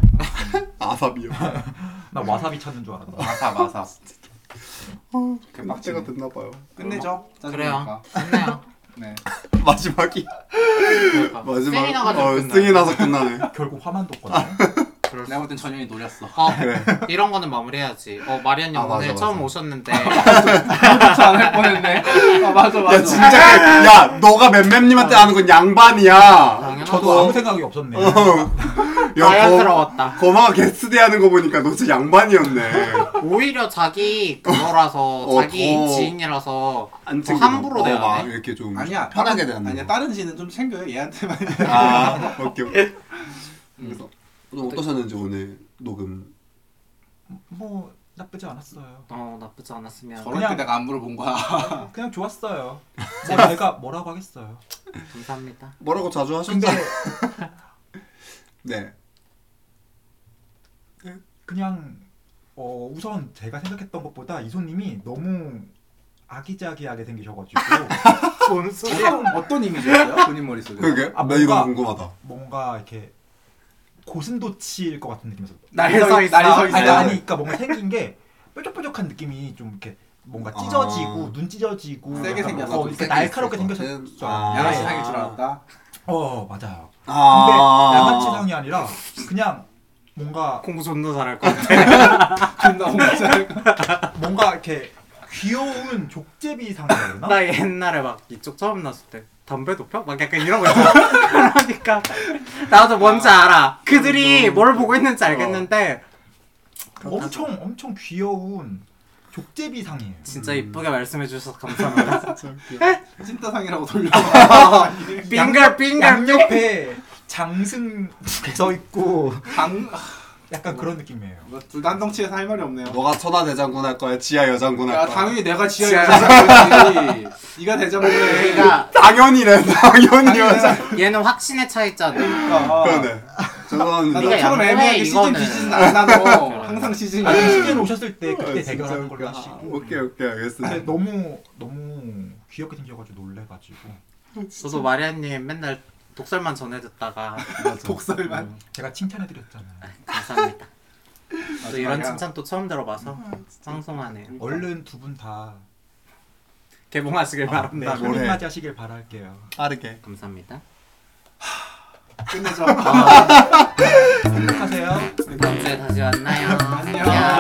S1: 아삽이요.
S4: 나 와사비 찾는 줄 알았다
S2: 마사 마사.
S1: 막대가 됐나 봐요.
S2: 끝내죠.
S3: 그래요.
S2: 짜증나니까.
S3: 좋네요.
S2: 네.
S1: 마지막이
S3: 그러니까.
S1: 마지막
S3: 생이 나가지고
S1: 어,
S3: 끝나요.
S1: 승이 나서 끝나네.
S4: 아, 결국 화만 돋거든요
S3: 그럴 수
S2: 내가 볼땐 전현이 노렸어.
S3: 어, 이런 거는 마무리해야지. 어, 마리안 님
S1: 네. 아, 맞아,
S3: 오늘
S1: 맞아.
S3: 처음 오셨는데
S2: 안할 뻔했네. 아 맞아 맞아.
S1: 야 진짜 야 너가 맴맴님한테 아는 건 양반이야.
S3: 당연하죠.
S4: 저도 아무 생각이 없었네
S3: 아, 자연스러웠다.
S1: 거마가 게스트 대하는 거 보니까 너 진짜 양반이었네.
S3: 오히려 자기 그거라서
S1: 어,
S3: 자기
S1: 더
S3: 지인이라서
S1: 안
S3: 더
S1: 챙겨.
S3: 함부로
S1: 어, 막
S3: 대하네.
S1: 이렇게 좀
S2: 아니야
S1: 편하게
S2: 다른-
S1: 대하는.
S2: 아니야
S1: 거.
S2: 다른 지는 좀 챙겨요 얘한테만
S1: 아 오케이. 오케이. 그래서 오늘 어떠셨는지 오늘 녹음.
S4: 뭐 나쁘지 않았어요
S3: 어 나쁘지 않았으면
S2: 저런 때
S4: 그냥-
S2: 내가 안 물어본 거야
S4: 그냥 좋았어요 뭐 내가 뭐라고 하겠어요
S3: 감사합니다.
S1: 뭐라고 자주
S4: 근데
S1: 하셨죠? 네.
S4: 그냥 어, 우선 제가 생각했던 것보다 이소님이 너무 아기자기하게 생기셔가지고
S3: 뭔 소리야?
S2: 어떤 이미지였어요 본인 머릿속에
S1: 그게
S4: 아,
S1: 나 이거
S4: 뭔가-
S1: 궁금하다.
S4: 뭔가 이렇게 고슴도치일 것 같은 느낌이었어.
S3: 날이 서 있어.
S2: 날이 서
S4: 아니,
S2: 있어요.
S4: 아니 그러니까 뭔가 생긴 게 뾰족뾰족한 느낌이 좀 이렇게 뭔가 찢어지고
S1: 아.
S4: 눈 찢어지고
S2: 세게
S4: 약간
S2: 생겨서
S4: 어,
S2: 좀
S4: 이렇게
S1: 세게
S4: 날카롭게
S1: 있을 것
S4: 생겼어.
S1: 같은. 아.
S2: 양아치 상일 줄 알았다.
S4: 어 맞아요. 근데
S1: 아.
S4: 양아치상이 아니라 그냥 뭔가
S3: 공부 존나 잘할 것 같아.
S2: 존나 혼자
S4: 뭔가 이렇게 귀여운 족제비 상이라 그러나?
S3: 나 옛날에 막 이쪽 처음 났을 때 담배 도펴? 막 약간 이런 거 있잖아. 그러니까 나도 뭔지 알아.
S1: 어,
S3: 그들이 뭘 보고 있는지 알겠는데
S4: 엄청 엄청 귀여운 족제비 상이에요.
S1: 음.
S3: 진짜 이쁘게 말씀해 주셔서 감사합니다.
S2: 찐따상이라고 돌려.
S3: 빙글 빙글
S4: 양 옆에 장승 서 있고
S2: 당뭐
S4: 약간 그런 느낌이에요.
S2: 둘다 한 덩치에서 할 말이 없네요.
S1: 너가 천하대장군 할 거야 지하 여장군
S2: 야
S1: 할 거야
S2: 당연히 내가
S3: 지하
S2: 지하 여자지. 네가 대장군이래.
S3: 그러니까
S1: 당연히래 당연히
S2: 당연히
S1: 여장
S3: 얘는 확신에 차 있잖아.
S2: 그러니까.
S1: 그러네 죄송합니다
S2: 나
S3: 네가
S2: 너처럼
S3: 양보해,
S2: 애매하게 시즌
S3: 이거는.
S2: 비즈는 안 나눠. 항상 시즌
S4: 아니
S2: 이.
S4: 시즌 오셨을 때 그때
S1: 아, 진짜
S4: 대결하는 걸로
S1: 웃겨.
S4: 하시고.
S1: 아, 오케이 오케이 알겠습니다
S4: 근데 너무 너무 귀엽게 생겨가지고 놀래가지고
S3: 저도 마리아님 맨날 독설만 전해 듣다가
S2: 독설만.
S4: 어, 제가 칭찬해드렸잖아요.
S3: 감사합니다. 또 이런
S2: 마지막이야.
S3: 칭찬 또 처음 들어봐서 상송하네요.
S4: 얼른 두 분다
S3: 개봉하시길
S4: 네,
S3: 바랍니다.
S1: 뭐래.
S4: 소리맞이 하시길 바랄게요.
S1: 빠르게
S3: 아, 감사합니다.
S2: 끝내자.
S3: 아,
S4: 행복하세요.
S3: 다음 주에 다시 만나요.
S2: 안녕.
S3: 안녕.